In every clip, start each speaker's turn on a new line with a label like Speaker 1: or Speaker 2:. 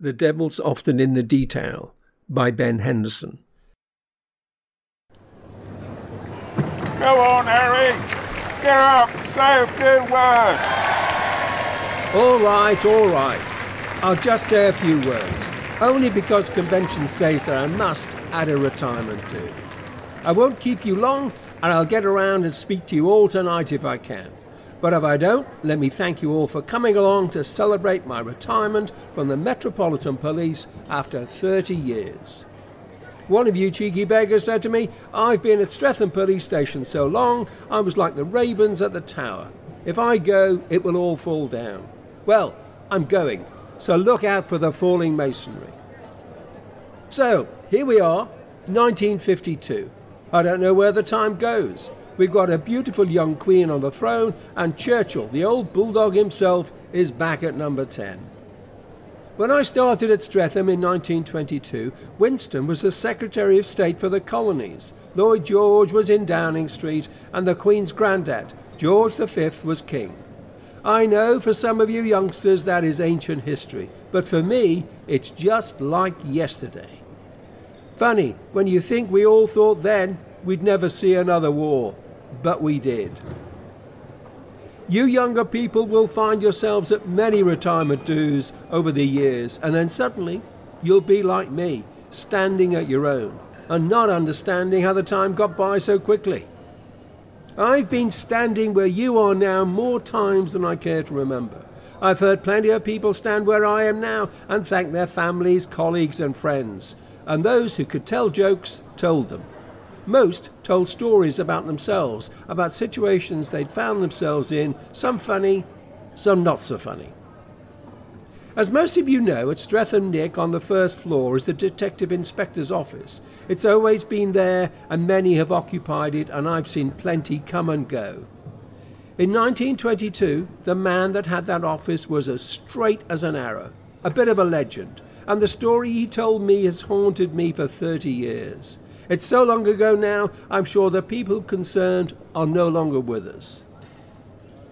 Speaker 1: The Devil's Often in the Detail by Ben Henderson.
Speaker 2: Go on, Harry. Get up. Say a few words.
Speaker 1: All right, all right. I'll just say a few words, only because convention says that I must add a retirement due. I won't keep you long, and I'll get around and speak to you all tonight if I can. But if I don't, let me thank you all for coming along to celebrate my retirement from the Metropolitan Police after 30 years. One of you cheeky beggars said to me, I've been at Streatham Police Station so long, I was like the ravens at the tower. If I go, it will all fall down. Well, I'm going, so look out for the falling masonry. So, here we are, 1952. I don't know where the time goes. We've got a beautiful young queen on the throne, and Churchill, the old bulldog himself, is back at number 10. When I started at Streatham in 1922, Winston was the Secretary of State for the Colonies, Lloyd George was in Downing Street, and the Queen's granddad, George V, was King. I know for some of you youngsters that is ancient history, but for me, it's just like yesterday. Funny, when you think we all thought then we'd never see another war, but we did. You younger people will find yourselves at many retirement dues over the years, and then suddenly you'll be like me, standing at your own and not understanding how the time got by so quickly. I've been standing where you are now more times than I care to remember. I've heard plenty of people stand where I am now and thank their families, colleagues, and friends. And those who could tell jokes told them. Most told stories about themselves, about situations they'd found themselves in, some funny, some not so funny. As most of you know, at Streatham Nick on the first floor is the Detective Inspector's office. It's always been there, and many have occupied it, and I've seen plenty come and go. In 1922, the man that had that office was as straight as an arrow, a bit of a legend, and the story he told me has haunted me for 30 years. It's so long ago now, I'm sure the people concerned are no longer with us.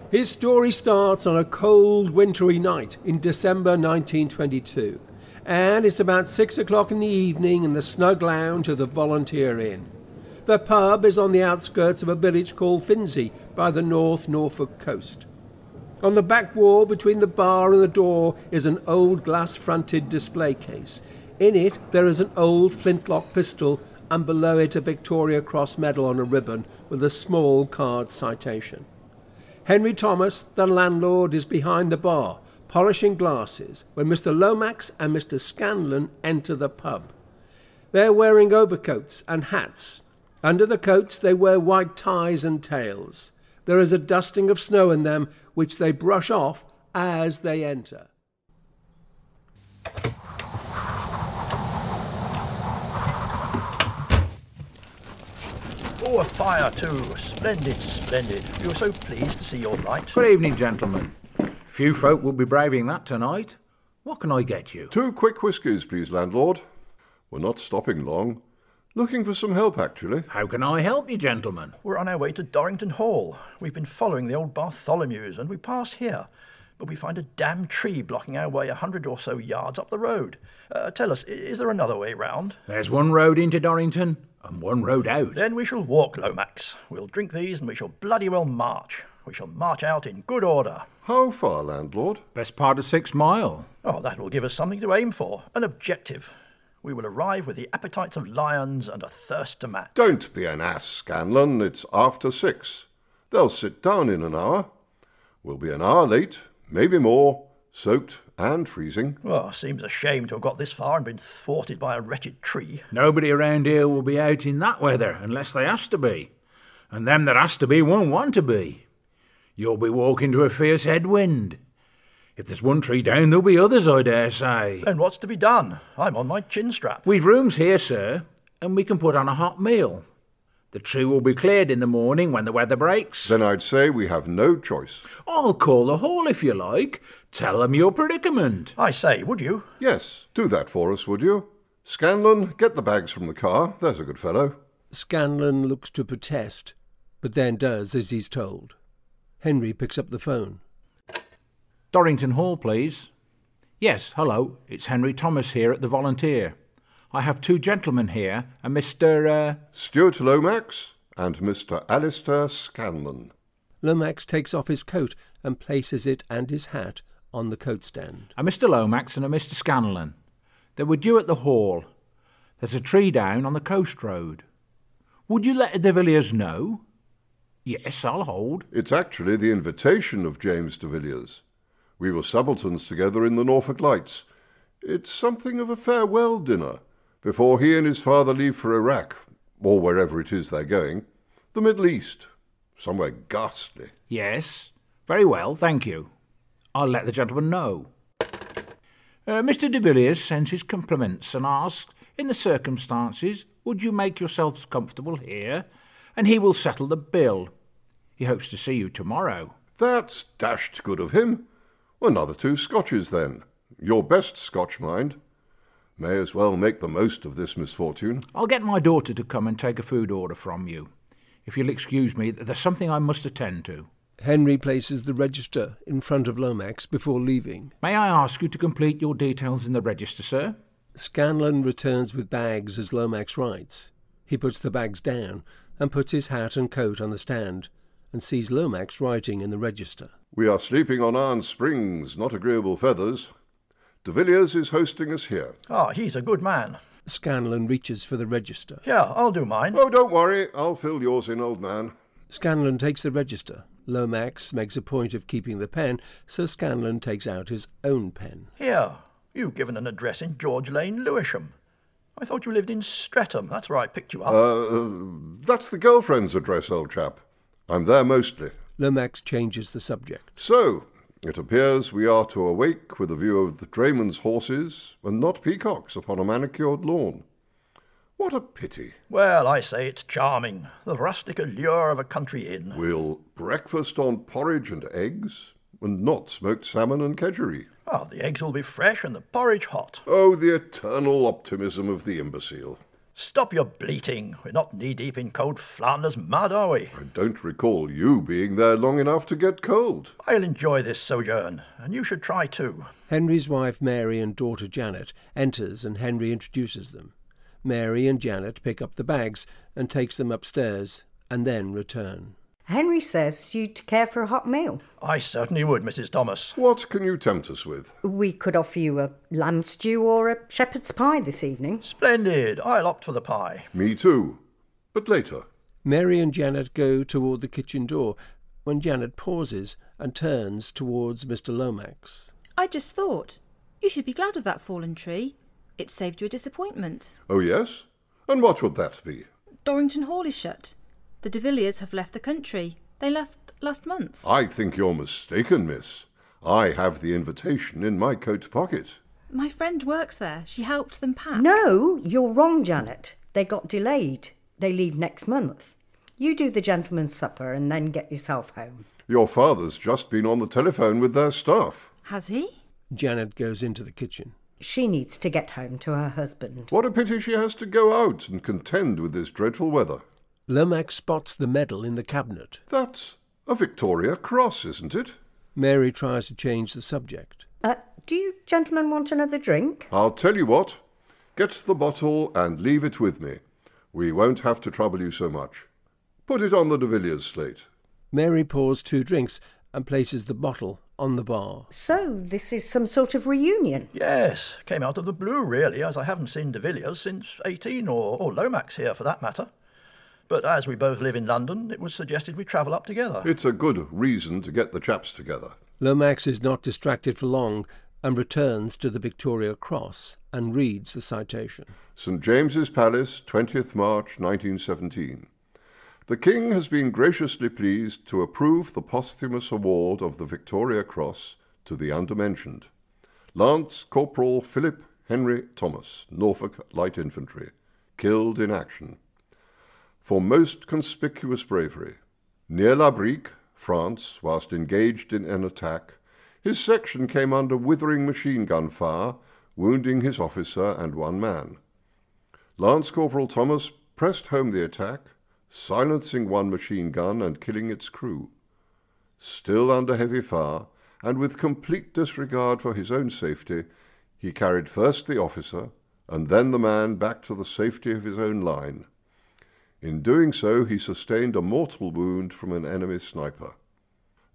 Speaker 1: His story starts on a cold, wintry night in December 1922, and it's about six o'clock in the evening in the snug lounge of the Volunteer Inn. The pub is on the outskirts of a village called Finnsey by the North Norfolk coast. On the back wall between the bar and the door is an old glass fronted display case. In it, there is an old flintlock pistol, and below it, a Victoria Cross medal on a ribbon with a small card citation. Henry Thomas, the landlord, is behind the bar, polishing glasses, when Mr. Lomax and Mr. Scanlon enter the pub. They're wearing overcoats and hats. Under the coats, they wear white ties and tails. There is a dusting of snow in them, which they brush off as they enter.
Speaker 3: Oh, a fire too. Splendid, splendid. We were so pleased to see your light.
Speaker 4: Good evening, gentlemen. Few folk will be braving that tonight. What can I get you?
Speaker 5: Two quick whiskies, please, landlord. We're not stopping long. Looking for some help, actually.
Speaker 4: How can I help you, gentlemen?
Speaker 3: We're on our way to Dorrington Hall. We've been following the old Bartholomew's and we pass here. But we find a damn tree blocking our way a hundred or so yards up the road. Uh, tell us, i- is there another way round?
Speaker 4: There's one road into Dorrington and one road out.
Speaker 3: Then we shall walk, Lomax. We'll drink these and we shall bloody well march. We shall march out in good order.
Speaker 5: How far, landlord?
Speaker 4: Best part of six mile.
Speaker 3: Oh, that will give us something to aim for, an objective. We will arrive with the appetites of lions and a thirst to match.
Speaker 5: Don't be an ass, Scanlon. It's after six. They'll sit down in an hour. We'll be an hour late, maybe more, soaked and freezing.
Speaker 3: Well, seems a shame to have got this far and been thwarted by a wretched tree.
Speaker 4: Nobody around here will be out in that weather unless they has to be. And them that has to be won't want to be. You'll be walking to a fierce headwind. If there's one tree down, there'll be others, I dare say.
Speaker 3: Then what's to be done? I'm on my chin strap.
Speaker 4: We've rooms here, sir, and we can put on a hot meal. The tree will be cleared in the morning when the weather breaks.
Speaker 5: Then I'd say we have no choice.
Speaker 4: I'll call the hall if you like. Tell them your predicament.
Speaker 3: I say, would you?
Speaker 5: Yes, do that for us, would you? Scanlon, get the bags from the car. There's a good fellow.
Speaker 1: Scanlan looks to protest, but then does as he's told. Henry picks up the phone.
Speaker 4: Dorrington Hall, please. Yes, hello. It's Henry Thomas here at the Volunteer. I have two gentlemen here, a Mr. Uh,
Speaker 5: Stuart Lomax and Mr. Alistair Scanlon.
Speaker 1: Lomax takes off his coat and places it and his hat on the coat stand.
Speaker 4: a Mr. Lomax and a Mr. Scanlon. They were due at the hall. There's a tree down on the coast road. Would you let the Villiers know? Yes, I'll hold.
Speaker 5: It's actually the invitation of James de Villiers. We were subalterns together in the Norfolk Lights. It's something of a farewell dinner before he and his father leave for Iraq, or wherever it is they're going, the Middle East, somewhere ghastly.
Speaker 4: Yes. Very well, thank you. I'll let the gentleman know. Uh, Mr. de Villiers sends his compliments and asks, in the circumstances, would you make yourselves comfortable here? And he will settle the bill. He hopes to see you tomorrow.
Speaker 5: That's dashed good of him. Another two scotches, then. Your best scotch, mind. May as well make the most of this misfortune.
Speaker 4: I'll get my daughter to come and take a food order from you. If you'll excuse me, there's something I must attend to.
Speaker 1: Henry places the register in front of Lomax before leaving.
Speaker 4: May I ask you to complete your details in the register, sir?
Speaker 1: Scanlan returns with bags as Lomax writes. He puts the bags down and puts his hat and coat on the stand and sees Lomax writing in the register.
Speaker 5: We are sleeping on iron springs, not agreeable feathers. De Villiers is hosting us here.
Speaker 3: Ah, he's a good man.
Speaker 1: Scanlan reaches for the register.
Speaker 3: Yeah, I'll do mine.
Speaker 5: Oh, don't worry. I'll fill yours in, old man.
Speaker 1: Scanlan takes the register. Lomax makes a point of keeping the pen, so Scanlan takes out his own pen.
Speaker 3: Here, you've given an address in George Lane, Lewisham. I thought you lived in Streatham. That's where I picked you up.
Speaker 5: Uh, That's the girlfriend's address, old chap. I'm there mostly.
Speaker 1: Lomax changes the subject.
Speaker 5: So, it appears we are to awake with a view of the drayman's horses and not peacocks upon a manicured lawn. What a pity.
Speaker 3: well, I say it's charming. The rustic allure of a country inn.
Speaker 5: We'll breakfast on porridge and eggs, and not smoked salmon and kedgeree.
Speaker 3: Ah, the eggs will be fresh and the porridge hot.
Speaker 5: Oh, the eternal optimism of the imbecile.
Speaker 3: Stop your bleating. We're not knee deep in cold Flanders mud, are we?
Speaker 5: I don't recall you being there long enough to get cold.
Speaker 3: I'll enjoy this sojourn, and you should try too.
Speaker 1: Henry's wife Mary and daughter Janet enters and Henry introduces them. Mary and Janet pick up the bags and takes them upstairs and then return.
Speaker 6: Henry says you'd care for a hot meal.
Speaker 3: I certainly would, Mrs. Thomas.
Speaker 5: What can you tempt us with?
Speaker 6: We could offer you a lamb stew or a shepherd's pie this evening.
Speaker 3: Splendid. I'll opt for the pie.
Speaker 5: Me too. But later.
Speaker 1: Mary and Janet go toward the kitchen door when Janet pauses and turns towards Mr. Lomax.
Speaker 7: I just thought. You should be glad of that fallen tree. It saved you a disappointment.
Speaker 5: Oh, yes? And what would that be?
Speaker 7: Dorrington Hall is shut. The De Villiers have left the country. They left last month.
Speaker 5: I think you're mistaken, miss. I have the invitation in my coat pocket.
Speaker 7: My friend works there. She helped them pack.
Speaker 6: No, you're wrong, Janet. They got delayed. They leave next month. You do the gentleman's supper and then get yourself home.
Speaker 5: Your father's just been on the telephone with their staff.
Speaker 7: Has he?
Speaker 1: Janet goes into the kitchen.
Speaker 6: She needs to get home to her husband.
Speaker 5: What a pity she has to go out and contend with this dreadful weather.
Speaker 1: Lomax spots the medal in the cabinet.
Speaker 5: That's a Victoria Cross, isn't it?
Speaker 1: Mary tries to change the subject.
Speaker 6: Uh, do you gentlemen want another drink?
Speaker 5: I'll tell you what. Get the bottle and leave it with me. We won't have to trouble you so much. Put it on the de Villiers slate.
Speaker 1: Mary pours two drinks and places the bottle on the bar.
Speaker 6: So, this is some sort of reunion.
Speaker 3: Yes, came out of the blue, really, as I haven't seen de Villiers since 18, or, or Lomax here for that matter. But as we both live in London, it was suggested we travel up
Speaker 1: Ah.
Speaker 3: together.
Speaker 5: It's a good reason to get the chaps together.
Speaker 1: Lomax is not distracted for long and returns to the Victoria Cross and reads the citation.
Speaker 5: St. James's Palace, 20th March 1917. The King has been graciously pleased to approve the posthumous award of the Victoria Cross to the undermentioned Lance Corporal Philip Henry Thomas, Norfolk Light Infantry, killed in action. For most conspicuous bravery, near La Brique, France, whilst engaged in an attack, his section came under withering machine gun fire, wounding his officer and one man. Lance Corporal Thomas pressed home the attack, silencing one machine gun and killing its crew. Still under heavy fire, and with complete disregard for his own safety, he carried first the officer and then the man back to the safety of his own line. In doing so, he sustained a mortal wound from an enemy sniper.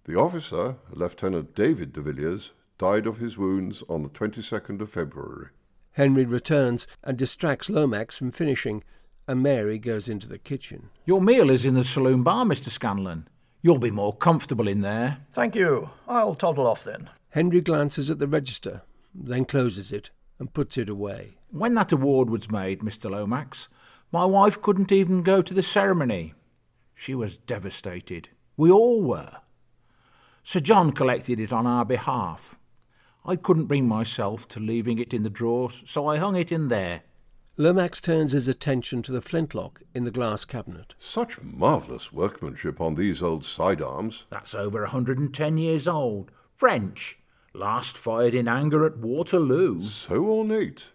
Speaker 5: The officer, Lieutenant David de Villiers, died of his wounds on the 22nd of February.
Speaker 1: Henry returns and distracts Lomax from finishing, and Mary goes into the kitchen.
Speaker 4: Your meal is in the saloon bar, Mr. Scanlon. You'll be more comfortable in there.
Speaker 3: Thank you. I'll toddle off then.
Speaker 1: Henry glances at the register, then closes it and puts it away.
Speaker 4: When that award was made, Mr. Lomax, my wife couldn't even go to the ceremony. She was devastated. We all were. Sir John collected it on our behalf. I couldn't bring myself to leaving it in the drawer, so I hung it in there.
Speaker 1: Lomax turns his attention to the flintlock in the glass cabinet.
Speaker 5: Such marvellous workmanship on these old sidearms.
Speaker 4: That's over a 110 years old. French. Last fired in anger at Waterloo.
Speaker 5: So ornate.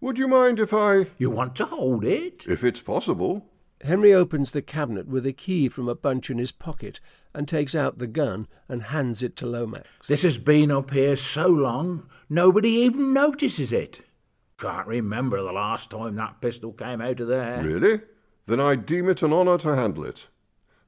Speaker 5: Would you mind if I.
Speaker 4: You want to hold it?
Speaker 5: if it's possible?
Speaker 1: Henry opens the cabinet with a key from a bunch in his pocket and takes out the gun and hands it to Lomax.
Speaker 4: This has been up here so long, nobody even notices it. Can't remember the last time that pistol came out of there.
Speaker 5: Really? Then I deem it an honour to handle it.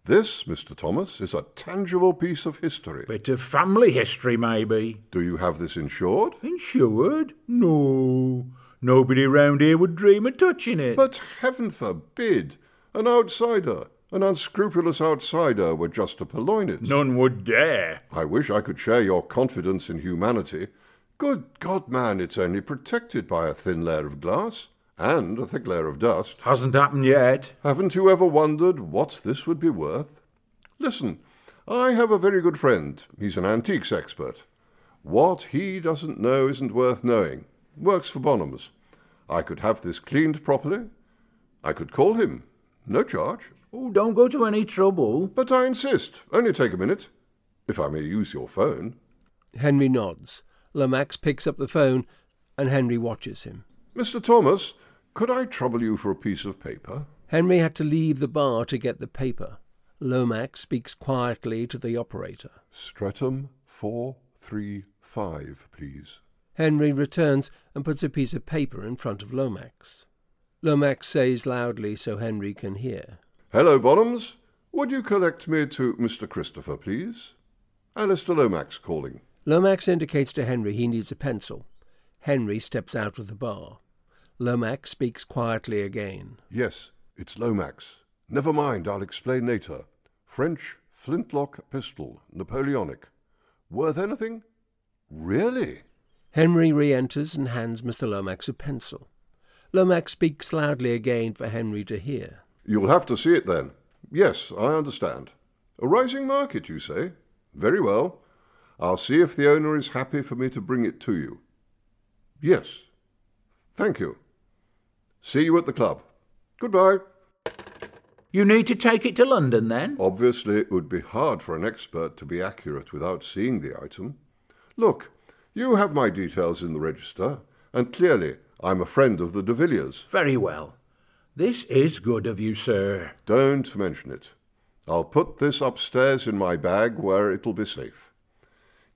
Speaker 5: This, Mr. Thomas, is a tangible piece of history.
Speaker 4: Bit of family history, maybe.
Speaker 5: Do you have this insured?
Speaker 4: Insured? No. Nobody round here would dream of touching it.
Speaker 5: But heaven forbid! An outsider, an unscrupulous outsider, were just to purloin it.
Speaker 4: None would dare.
Speaker 5: I wish I could share your confidence in humanity. Good God, man, it's only protected by a thin layer of glass and a thick layer of dust.
Speaker 4: Hasn't happened yet.
Speaker 5: Haven't you ever wondered what this would be worth? Listen, I have a very good friend. He's an antiques expert. What he doesn't know isn't worth knowing. Works for Bonhams. I could have this cleaned properly. I could call him. No charge.
Speaker 4: Oh, don't go to any trouble.
Speaker 5: But I insist. Only take a minute. If I may use your phone.
Speaker 1: Henry nods. Lomax picks up the phone and Henry watches him.
Speaker 5: Mr. Thomas, could I trouble you for a piece of paper?
Speaker 1: Henry had to leave the bar to get the paper. Lomax speaks quietly to the operator.
Speaker 5: Streatham 435, please.
Speaker 1: Henry returns and puts a piece of paper in front of Lomax. Lomax says loudly so Henry can hear.
Speaker 5: Hello, Bonhams. Would you collect me to Mr. Christopher, please? Alistair Lomax calling.
Speaker 1: Lomax indicates to Henry he needs a pencil. Henry steps out of the bar. Lomax speaks quietly again.
Speaker 5: Yes, it's Lomax. Never mind, I'll explain later. French flintlock pistol, Napoleonic. Worth anything? Really?
Speaker 1: Henry re enters and hands Mr. Lomax a pencil. Lomax speaks loudly again for Henry to hear.
Speaker 5: You'll have to see it then. Yes, I understand. A rising market, you say? Very well. I'll see if the owner is happy for me to bring it to you. Yes. Thank you. See you at the club. Goodbye.
Speaker 4: You need to take it to London then?
Speaker 5: Obviously, it would be hard for an expert to be accurate without seeing the item. Look, you have my details in the register, and clearly I'm a friend of the de Villiers.
Speaker 4: Very well. This is good of you, sir.
Speaker 5: Don't mention it. I'll put this upstairs in my bag where it'll be safe.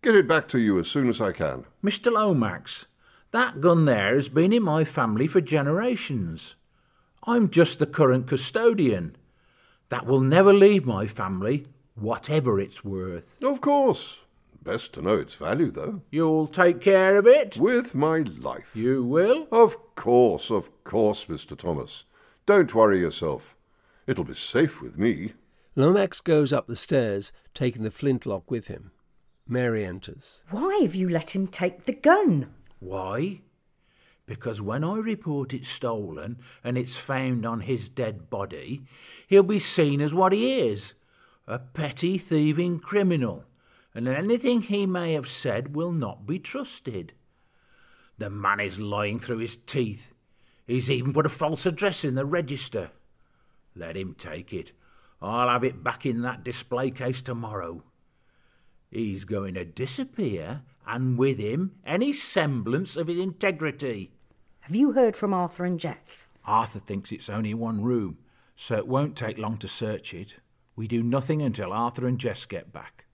Speaker 5: Get it back to you as soon as I can.
Speaker 4: Mr. Lomax, that gun there has been in my family for generations. I'm just the current custodian. That will never leave my family, whatever it's worth.
Speaker 5: Of course. Best to know its value, though.
Speaker 4: You'll take care of it?
Speaker 5: With my life.
Speaker 4: You will?
Speaker 5: Of course, of course, Mr. Thomas. Don't worry yourself. It'll be safe with me.
Speaker 1: Lomax goes up the stairs, taking the flintlock with him. Mary enters.
Speaker 6: Why have you let him take the gun?
Speaker 4: Why? Because when I report it's stolen and it's found on his dead body, he'll be seen as what he is a petty thieving criminal, and anything he may have said will not be trusted. The man is lying through his teeth. He's even put a false address in the register. Let him take it. I'll have it back in that display case tomorrow. He's going to disappear, and with him any semblance of his integrity.
Speaker 6: Have you heard from Arthur and Jess?
Speaker 4: Arthur thinks it's only one room, so it won't take long to search it. We do nothing until Arthur and Jess get back.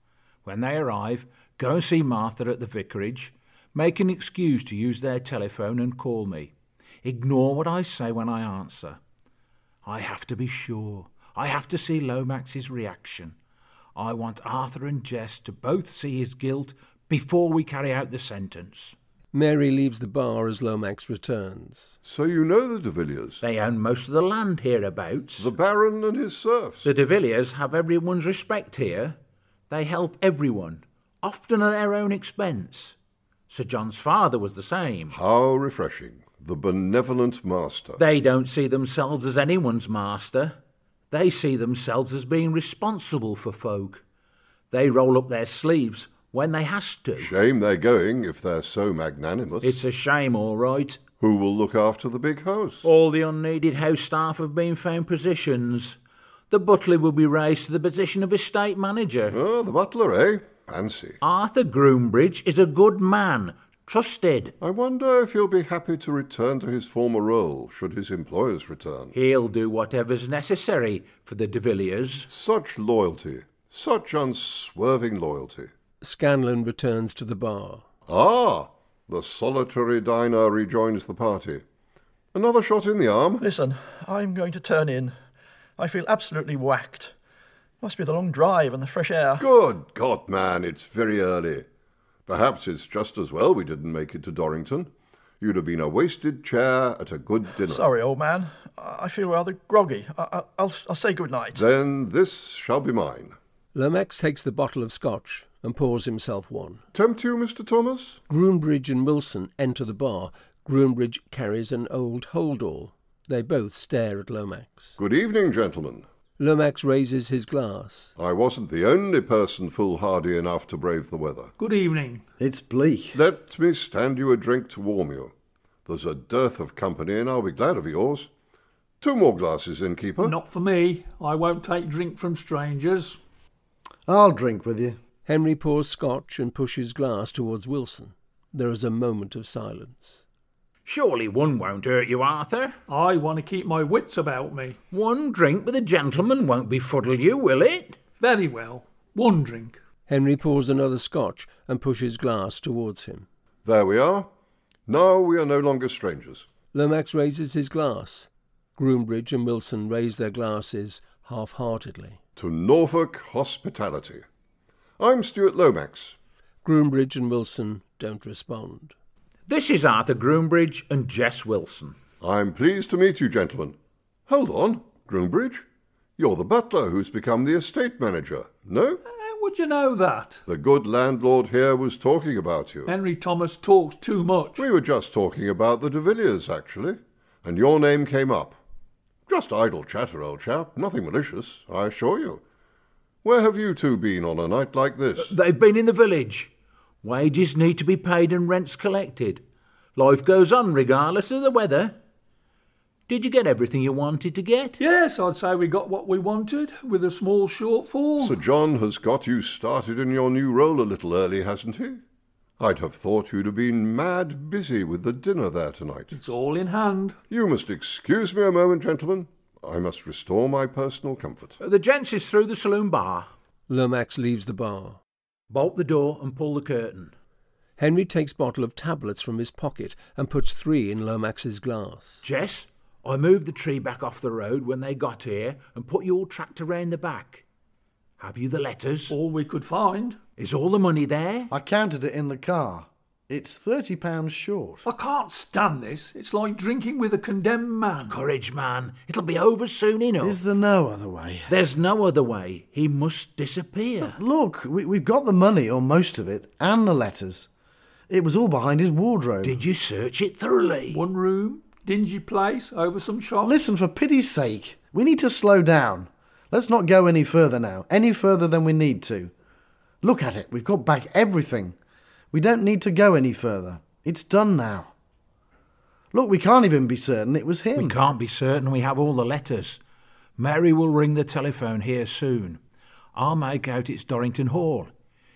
Speaker 4: When they arrive, Go and see Martha at the vicarage. Make an excuse to use their telephone and call me. Ignore what I say when I answer. I have to be sure. I have to see Lomax's reaction. I want Arthur and Jess to both see his guilt before we carry out the sentence.
Speaker 1: Mary leaves the bar as Lomax returns.
Speaker 5: So you know the de Villiers.
Speaker 4: They own most of the land hereabouts.
Speaker 5: The Baron and his serfs.
Speaker 4: The de Villiers have everyone's respect here. They help everyone, often at their own expense. Sir John's father was the same.
Speaker 5: How refreshing. The benevolent master.
Speaker 4: They don't see themselves as anyone's master. They see themselves as being responsible for folk. They roll up their sleeves when they has to.
Speaker 5: Shame they're going if they're so magnanimous.
Speaker 4: It's a shame, all right.
Speaker 5: Who will look after the big house?
Speaker 4: All the unneeded house staff have been found positions. The butler will be raised to the position of estate manager.
Speaker 5: Oh, the butler, eh? Fancy.
Speaker 4: Arthur Groombridge is a good man, trusted.
Speaker 5: I wonder if he'll be happy to return to his former role should his employers return.
Speaker 4: He'll do whatever's necessary for the de Villiers.
Speaker 5: Such loyalty. Such unswerving loyalty.
Speaker 1: Scanlan returns to the bar.
Speaker 5: Ah! The solitary diner rejoins the party. Another shot in the arm?
Speaker 3: Listen, I'm going to turn in. I feel absolutely whacked. Must be the long drive and the fresh air.
Speaker 5: Good God, man, it's very early. Perhaps it's just as well we didn't make it to Dorrington. You'd have been a wasted chair at a good dinner.
Speaker 3: Sorry, old man. I I feel rather groggy. I, I, I'll, I'll say good night.
Speaker 5: Then this shall be mine.
Speaker 1: Lomax takes the bottle of scotch and pours himself one.
Speaker 5: Tempt you, Mr. Thomas?
Speaker 1: Groombridge and Wilson enter the bar. Groombridge carries an old holdall. They both stare at Lomax.
Speaker 5: Good evening, gentlemen.
Speaker 1: Lomax raises his glass.
Speaker 5: I wasn't the only person foolhardy enough to brave the weather.
Speaker 8: Good evening.
Speaker 9: It's bleak.
Speaker 5: Let me stand you a drink to warm you. There's a dearth of company, and I'll be glad of yours. Two more glasses, innkeeper.
Speaker 8: Not for me. I won't take drink from strangers.
Speaker 9: I'll drink with you.
Speaker 1: Henry pours scotch and pushes glass towards Wilson. There is a moment of silence.
Speaker 4: Surely one won't hurt you, Arthur.
Speaker 8: I want to keep my wits about me.
Speaker 4: One drink with a gentleman won't befuddle you, will it?
Speaker 8: Very well. One drink.
Speaker 1: Henry pours another scotch and pushes glass towards him.
Speaker 5: There we are. Now we are no longer strangers.
Speaker 1: Lomax raises his glass. Groombridge and Wilson raise their glasses half heartedly.
Speaker 5: To Norfolk hospitality. I'm Stuart Lomax.
Speaker 1: Groombridge and Wilson don't respond.
Speaker 4: This is Arthur Groombridge and Jess Wilson.
Speaker 5: I'm pleased to meet you, gentlemen. Hold on, Groombridge. You're the butler who's become the estate manager, no?
Speaker 8: How Uh, would you know that?
Speaker 5: The good landlord here was talking about you.
Speaker 8: Henry Thomas talks too much.
Speaker 5: We were just talking about the de Villiers, actually, and your name came up. Just idle chatter, old chap, nothing malicious, I assure you. Where have you two been on a night like
Speaker 8: Uh,
Speaker 5: this?
Speaker 4: They've been in the village. Wages need to be paid and rents collected. Life goes on regardless of the weather. Did you get everything you wanted to get?
Speaker 8: Yes, I'd say we got what we wanted with a small shortfall.
Speaker 5: Sir John has got you started in your new role a little early, hasn't he? I'd have thought you'd have been mad busy with the dinner there tonight.
Speaker 8: it's all in hand.
Speaker 5: You must excuse me a moment, gentlemen. I must restore my personal comfort.
Speaker 4: The gents is through the saloon bar.
Speaker 1: Lomax leaves the bar.
Speaker 4: Bolt the door and pull the curtain.
Speaker 1: Henry takes bottle of tablets from his pocket and puts three in Lomax's glass.
Speaker 4: Jess, I moved the tree back off the road when they got here and put your tractor round the back. Have you the letters?
Speaker 8: All we could find.
Speaker 4: Is all the money there?
Speaker 9: I counted it in the car. It's £30 short.
Speaker 8: I can't stand this. It's like drinking with a condemned man.
Speaker 4: Courage, man. It'll be over soon enough.
Speaker 9: Is there no other way?
Speaker 4: There's no other way. He must disappear.
Speaker 9: Look, we, we've got the money, or most of it, and the letters. It was all behind his wardrobe.
Speaker 4: Did you search it thoroughly?
Speaker 8: One room, dingy place, over some shops.
Speaker 9: Listen, for pity's sake, we need to slow down. Let's not go any further now, any further than we need to. Look at it, we've got back everything. We don't need to go any further. It's done now. Look, we can't even be certain it was him.
Speaker 4: We can't be certain we have all the letters. Mary will ring the telephone here soon. I'll make out it's Dorrington Hall.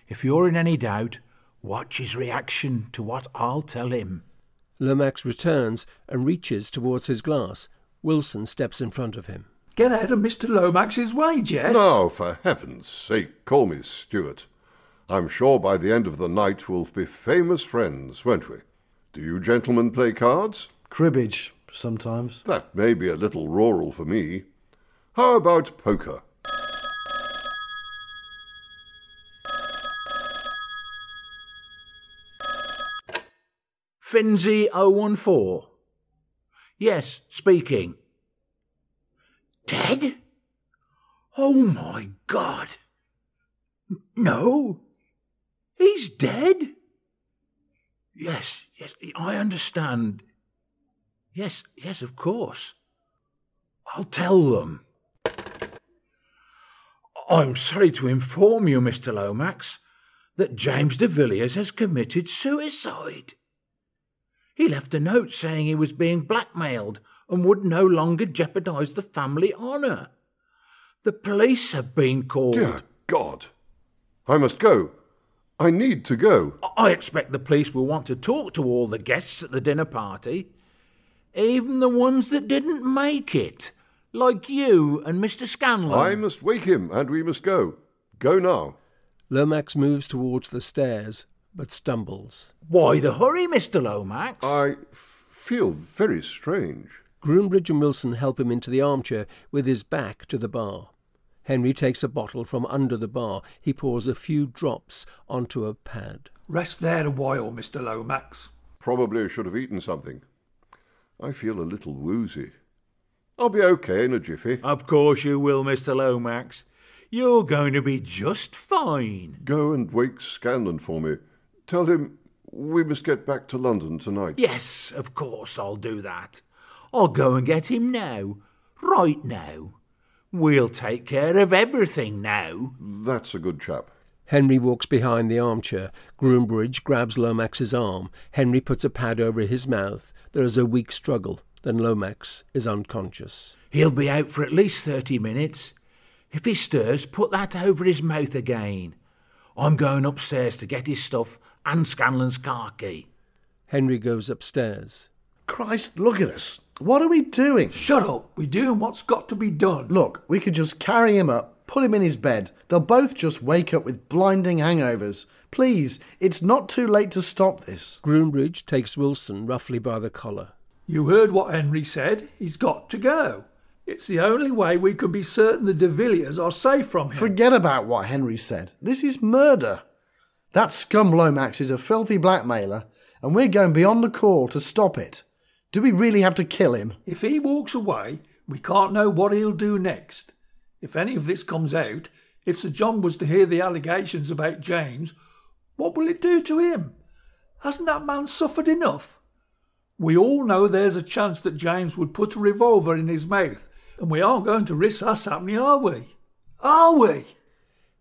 Speaker 4: If you're in any doubt, watch his reaction to what I'll tell him.
Speaker 1: Lomax returns and reaches towards his glass. Wilson steps in front of him.
Speaker 8: Get out of Mr. Lomax's way, Jess.
Speaker 5: Now, for heaven's sake, call me Stuart. I'm sure by the end of the night we'll be famous friends, won't we? Do you gentlemen play cards?
Speaker 9: Cribbage, sometimes.
Speaker 5: That may be a little rural for me. How about poker?
Speaker 4: Finzi 014. Yes, speaking. Dead? Oh my god. N- No. He's dead? Yes, yes, I understand. Yes, yes, of course. I'll tell them. I'm sorry to inform you, Mr. Lomax, that James de Villiers has committed suicide. He left a note saying he was being blackmailed and would no longer jeopardise the family honour. The police have been called.
Speaker 5: Dear God! I must go. I need to go.
Speaker 4: I- I expect the police will want to talk to all the guests at the dinner party, even the ones that didn't make it, like you and Mr. Scanlon.
Speaker 5: I must wake him, and we must go. Go now.
Speaker 1: Lomax moves towards the stairs, but stumbles.
Speaker 4: Why the hurry, Mr. Lomax?
Speaker 5: I f- feel very strange.
Speaker 1: Groombridge and Wilson help him into the armchair with his back to the bar. Henry takes a bottle from under the bar. He pours a few drops onto a pad.
Speaker 8: Rest there a while, Mr. Lomax.
Speaker 5: Probably should have eaten something. I feel a little woozy. I'll be okay in a jiffy.
Speaker 4: Of course you will, Mr. Lomax. You're going to be just fine.
Speaker 5: Go and wake Scanlon for me. Tell him we must get back to London tonight.
Speaker 4: Yes, of course I'll do that. I'll go and get him now. Right now. We'll take care of everything now.
Speaker 5: That's a good chap.
Speaker 1: Henry walks behind the armchair. Groombridge grabs Lomax's arm. Henry puts a pad over his mouth. There is a weak struggle. Then Lomax is unconscious.
Speaker 4: He'll be out for at least 30 minutes. If he stirs, put that over his mouth again. I'm going upstairs to get his stuff and Scanlan's car key.
Speaker 1: Henry goes upstairs.
Speaker 9: Christ, look at us. What are we doing?
Speaker 8: Shut up. We're doing what's got to be done.
Speaker 9: Look, we could just carry him up, put him in his bed. They'll both just wake up with blinding hangovers. Please, it's not too late to stop this.
Speaker 1: Groombridge takes Wilson roughly by the collar.
Speaker 8: You heard what Henry said. He's got to go. It's the only way we can be certain the De Villiers are safe from him.
Speaker 9: Forget about what Henry said. This is murder. That scum Lomax is a filthy blackmailer, and we're going beyond the call to stop it. Do we really have to kill him?
Speaker 8: If he walks away, we can't know what he'll do next. If any of this comes out, if Sir John was to hear the allegations about James, what will it do to him? Hasn't that man suffered enough? We all know there's a chance that James would put a revolver in his mouth, and we aren't going to risk that happening, are we? Are we?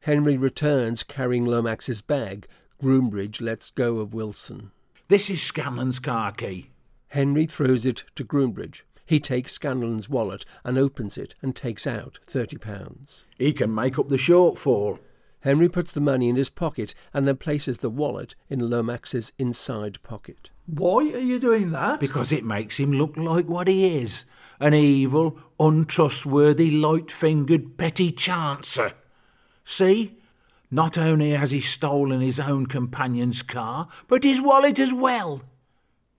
Speaker 1: Henry returns carrying Lomax's bag. Groombridge lets go of Wilson.
Speaker 4: This is Scanlan's car key.
Speaker 1: Henry throws it to Groombridge. He takes Scanlon's wallet and opens it and takes out thirty pounds.
Speaker 4: He can make up the shortfall.
Speaker 1: Henry puts the money in his pocket and then places the wallet in Lomax's inside pocket.
Speaker 8: Why are you doing that?
Speaker 4: Because it makes him look like what he is an evil, untrustworthy, light fingered, petty chancer. See? Not only has he stolen his own companion's car, but his wallet as well.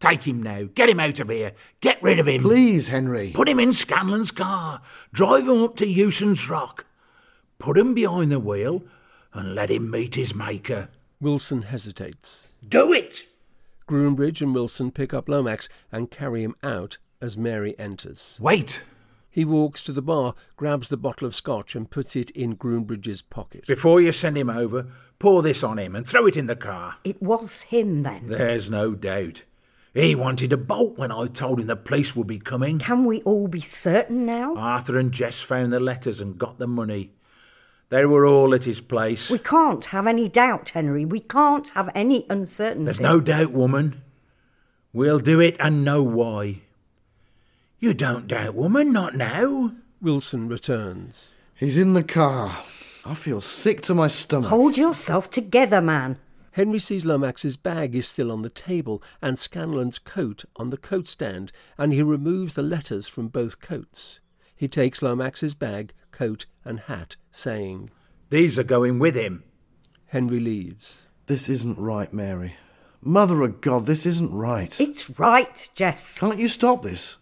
Speaker 4: Take him now. Get him out of here. Get rid of him.
Speaker 9: Please, Henry.
Speaker 4: Put him in Scanlan's car. Drive him up to Euston's Rock. Put him behind the wheel and let him meet his maker.
Speaker 1: Wilson hesitates.
Speaker 4: Do it!
Speaker 1: Groombridge and Wilson pick up Lomax and carry him out as Mary enters.
Speaker 4: Wait!
Speaker 1: He walks to the bar, grabs the bottle of scotch, and puts it in Groombridge's pocket.
Speaker 4: Before you send him over, pour this on him and throw it in the car.
Speaker 6: It was him then.
Speaker 4: There's no doubt. He wanted to bolt when I told him the police would be coming.
Speaker 6: Can we all be certain now?
Speaker 4: Arthur and Jess found the letters and got the money. They were all at his place.
Speaker 6: We can't have any doubt, Henry. We can't have any uncertainty.
Speaker 4: There's no doubt, woman. We'll do it and know why. You don't doubt, woman, not now.
Speaker 1: Wilson returns.
Speaker 9: He's in the car. Ah, I feel sick to my stomach.
Speaker 6: Hold yourself together, man.
Speaker 1: Henry sees Lomax's bag is still on the table and Scanlan's coat on the coat stand, and he removes the letters from both coats. He takes Lomax's bag, coat, and hat, saying,
Speaker 4: These are going with him.
Speaker 1: Henry leaves.
Speaker 9: This isn't right, Mary. Mother of God, this isn't right.
Speaker 6: It's right, Jess.
Speaker 9: Can't you stop this?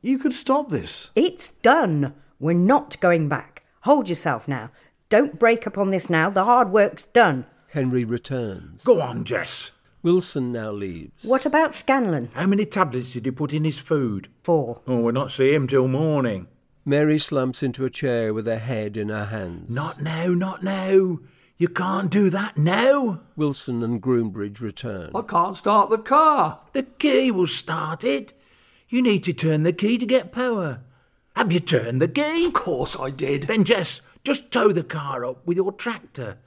Speaker 9: You could stop this.
Speaker 6: It's done. We're not going back. Hold yourself now. Don't break up on this now. The hard work's done.
Speaker 1: Henry returns.
Speaker 4: Go on, Jess.
Speaker 1: Wilson now leaves.
Speaker 6: What about Scanlon?
Speaker 4: How many tablets did he put in his food?
Speaker 6: Four.
Speaker 4: Oh, we'll not see him till morning.
Speaker 1: Mary slumps into a chair with her head in her hands.
Speaker 4: Not now, not now. You can't do that now.
Speaker 1: Wilson and Groombridge return.
Speaker 8: I can't start the car.
Speaker 4: The key will start it. You need to turn the key to get power. Have you turned the key?
Speaker 8: Of course I did.
Speaker 4: Then, Jess, just tow the car up with your tractor.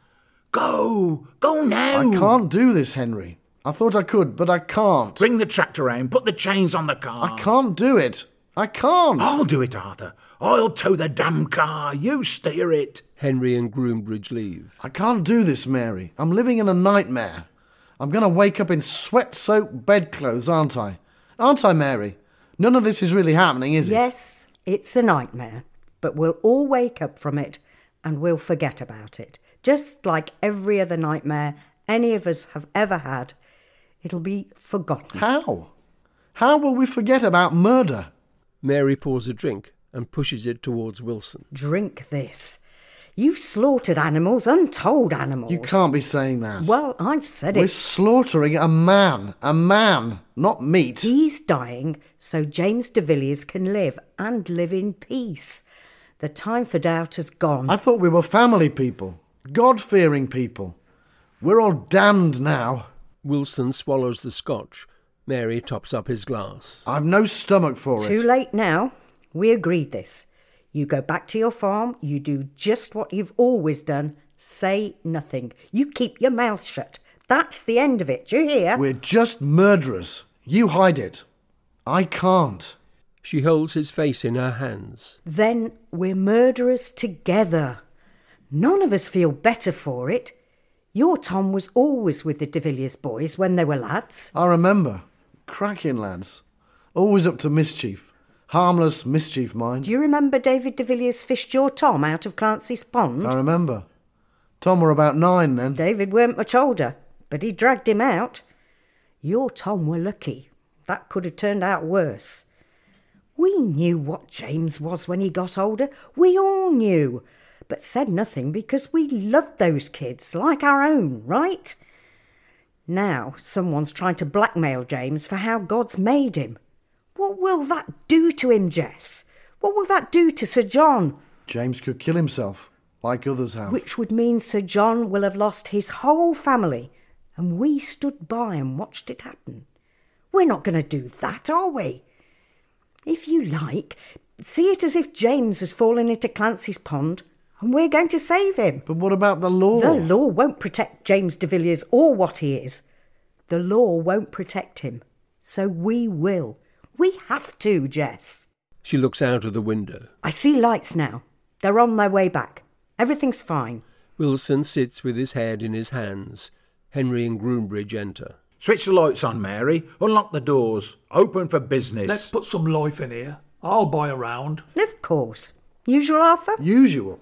Speaker 4: Go, go now.
Speaker 9: I can't do this, Henry. I thought I could, but I can't.
Speaker 4: Bring the tractor round. Put the chains on the car.
Speaker 9: I can't do it. I can't.
Speaker 4: I'll do it, Arthur. I'll tow the damn car. You steer it.
Speaker 1: Henry and Groombridge leave.
Speaker 9: I can't do this, Mary. I'm living in a nightmare. I'm going to wake up in sweat soaked bedclothes, aren't I? Aren't I, Mary? None of this is really happening, is it?
Speaker 6: Yes, it's a nightmare, but we'll all wake up from it and we'll forget about it. Just like every other nightmare any of us have ever had, it'll be forgotten.
Speaker 9: How? How will we forget about murder?
Speaker 1: Mary pours a drink and pushes it towards Wilson.
Speaker 6: Drink this. You've slaughtered animals, untold animals.
Speaker 9: You can't be saying that.
Speaker 6: Well, I've said
Speaker 9: We're
Speaker 6: it.
Speaker 9: slaughtering a man. A man, not meat.
Speaker 6: He's dying so James de Villiers can live and live in peace. The time for doubt has gone.
Speaker 9: I thought we were family people, God fearing people. We're all damned now.
Speaker 1: Wilson swallows the scotch. Mary tops up his glass.
Speaker 9: I've no stomach for it.
Speaker 6: Too late now. We agreed this. You go back to your farm, you do just what you've always done, say nothing. You keep your mouth shut. That's the end of it, do you hear?
Speaker 9: We're just murderers. You hide it. I can't.
Speaker 1: She holds his face in her hands.
Speaker 6: then we're murderers together. None of us feel better for it. Your Tom was always with the de Villiers boys when they were lads.
Speaker 9: I remember. Cracking lads. Always up to mischief. Harmless mischief, mind.
Speaker 6: Do you remember David de Villiers fished your Tom out of Clancy's pond?
Speaker 9: I remember. Tom were about nine then.
Speaker 6: David weren't much older, but he dragged him out. Your Tom were lucky. That could have turned out worse. We knew what James was when he got older. We all knew, but said nothing because we loved those kids like our own, right? Now someone's trying to blackmail James for how God's made him. What will that do to him, Jess? What will that do to Sir John?
Speaker 9: James could kill himself, like others have.
Speaker 6: Which would mean Sir John will have lost his whole family, and we stood by and watched it happen. We're not going to do that, are we? If you like, see it as if James has fallen into Clancy's pond, and we're going to save him.
Speaker 9: But what about the law?
Speaker 6: The law won't protect James de Villiers or what he is. The law won't protect him. So we will. We have to, Jess.
Speaker 1: She looks out of the window.
Speaker 6: I see lights now. They're on their way back. Everything's fine.
Speaker 1: Wilson sits with his head in his hands. Henry and Groombridge enter.
Speaker 4: Switch the lights on, Mary. Unlock the doors. Open for business.
Speaker 8: Let's put some life in here. I'll buy a round.
Speaker 6: Of course. Usual, Arthur?
Speaker 9: Usual.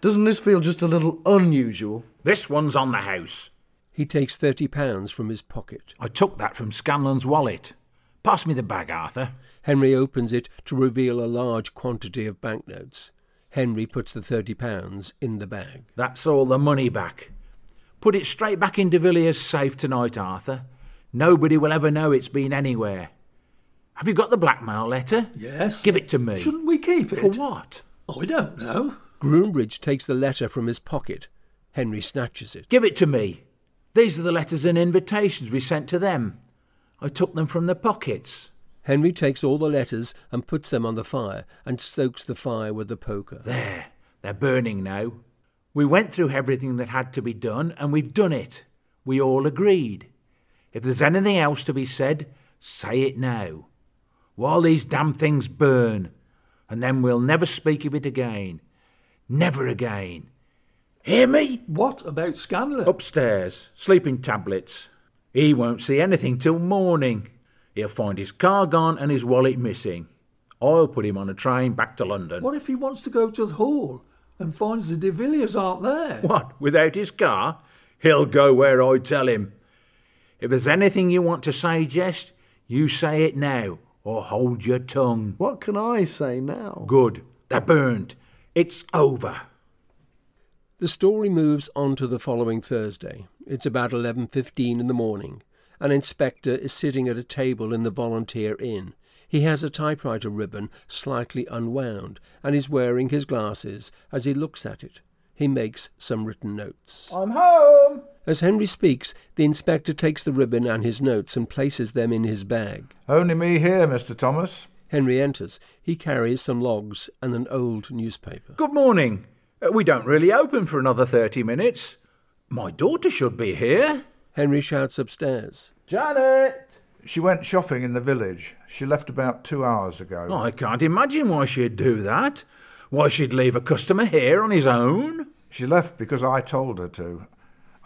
Speaker 9: Doesn't this feel just a little unusual?
Speaker 4: This one's on the house.
Speaker 1: He takes thirty pounds from his pocket.
Speaker 4: I took that from Scanlon's wallet. Pass me the bag, Arthur.
Speaker 1: Henry opens it to reveal a large quantity of banknotes. Henry puts the thirty pounds in the bag.
Speaker 4: That's all the money back. Put it straight back in De Villiers' safe tonight, Arthur. Nobody will ever know it's been anywhere. Have you got the blackmail letter?
Speaker 8: Yes.
Speaker 4: Give it to me.
Speaker 8: Shouldn't we keep it?
Speaker 4: For what?
Speaker 8: I Oh, don't know.
Speaker 1: Groombridge takes the letter from his pocket. Henry snatches it.
Speaker 4: Give it to me. These are the letters and invitations we sent to them. I took them from the pockets.
Speaker 1: Henry takes all the letters and puts them on the fire and stokes the fire with the poker.
Speaker 4: There, they're burning now. We went through everything that had to be done and we've done it. We all agreed. If there's anything else to be said, say it now. While these damn things burn, and then we'll never speak of it again. Never again. Hear me?
Speaker 8: What about Scanlon?
Speaker 4: Upstairs, sleeping tablets. He won't see anything till morning. He'll find his car gone and his wallet missing. I'll put him on a train back to London.
Speaker 8: What if he wants to go to the hall and finds the de Villiers aren't there?
Speaker 4: What, without his car? He'll go where I tell him. If there's anything you want to say, Jest, you say it now, or hold your tongue.
Speaker 9: What can I say now?
Speaker 4: Good. They're burned. It's over.
Speaker 1: The story moves on to the following Thursday. It's about 11:15 in the morning. An inspector is sitting at a table in the Volunteer Inn. He has a typewriter ribbon slightly unwound and is wearing his glasses as he looks at it. He makes some written notes.
Speaker 4: I'm home.
Speaker 1: As Henry speaks, the inspector takes the ribbon and his notes and places them in his bag.
Speaker 10: Only me here, Mr. Thomas.
Speaker 1: Henry enters. He carries some logs and an old newspaper.
Speaker 4: Good morning. Uh, We don't really open for another 30 minutes. My daughter should be here.
Speaker 1: Henry shouts upstairs.
Speaker 4: Janet!
Speaker 10: She went shopping in the village. She left about two hours ago.
Speaker 4: Oh, I can't imagine why she'd do that. Why she'd leave a customer here on his own.
Speaker 10: She left because I told her to.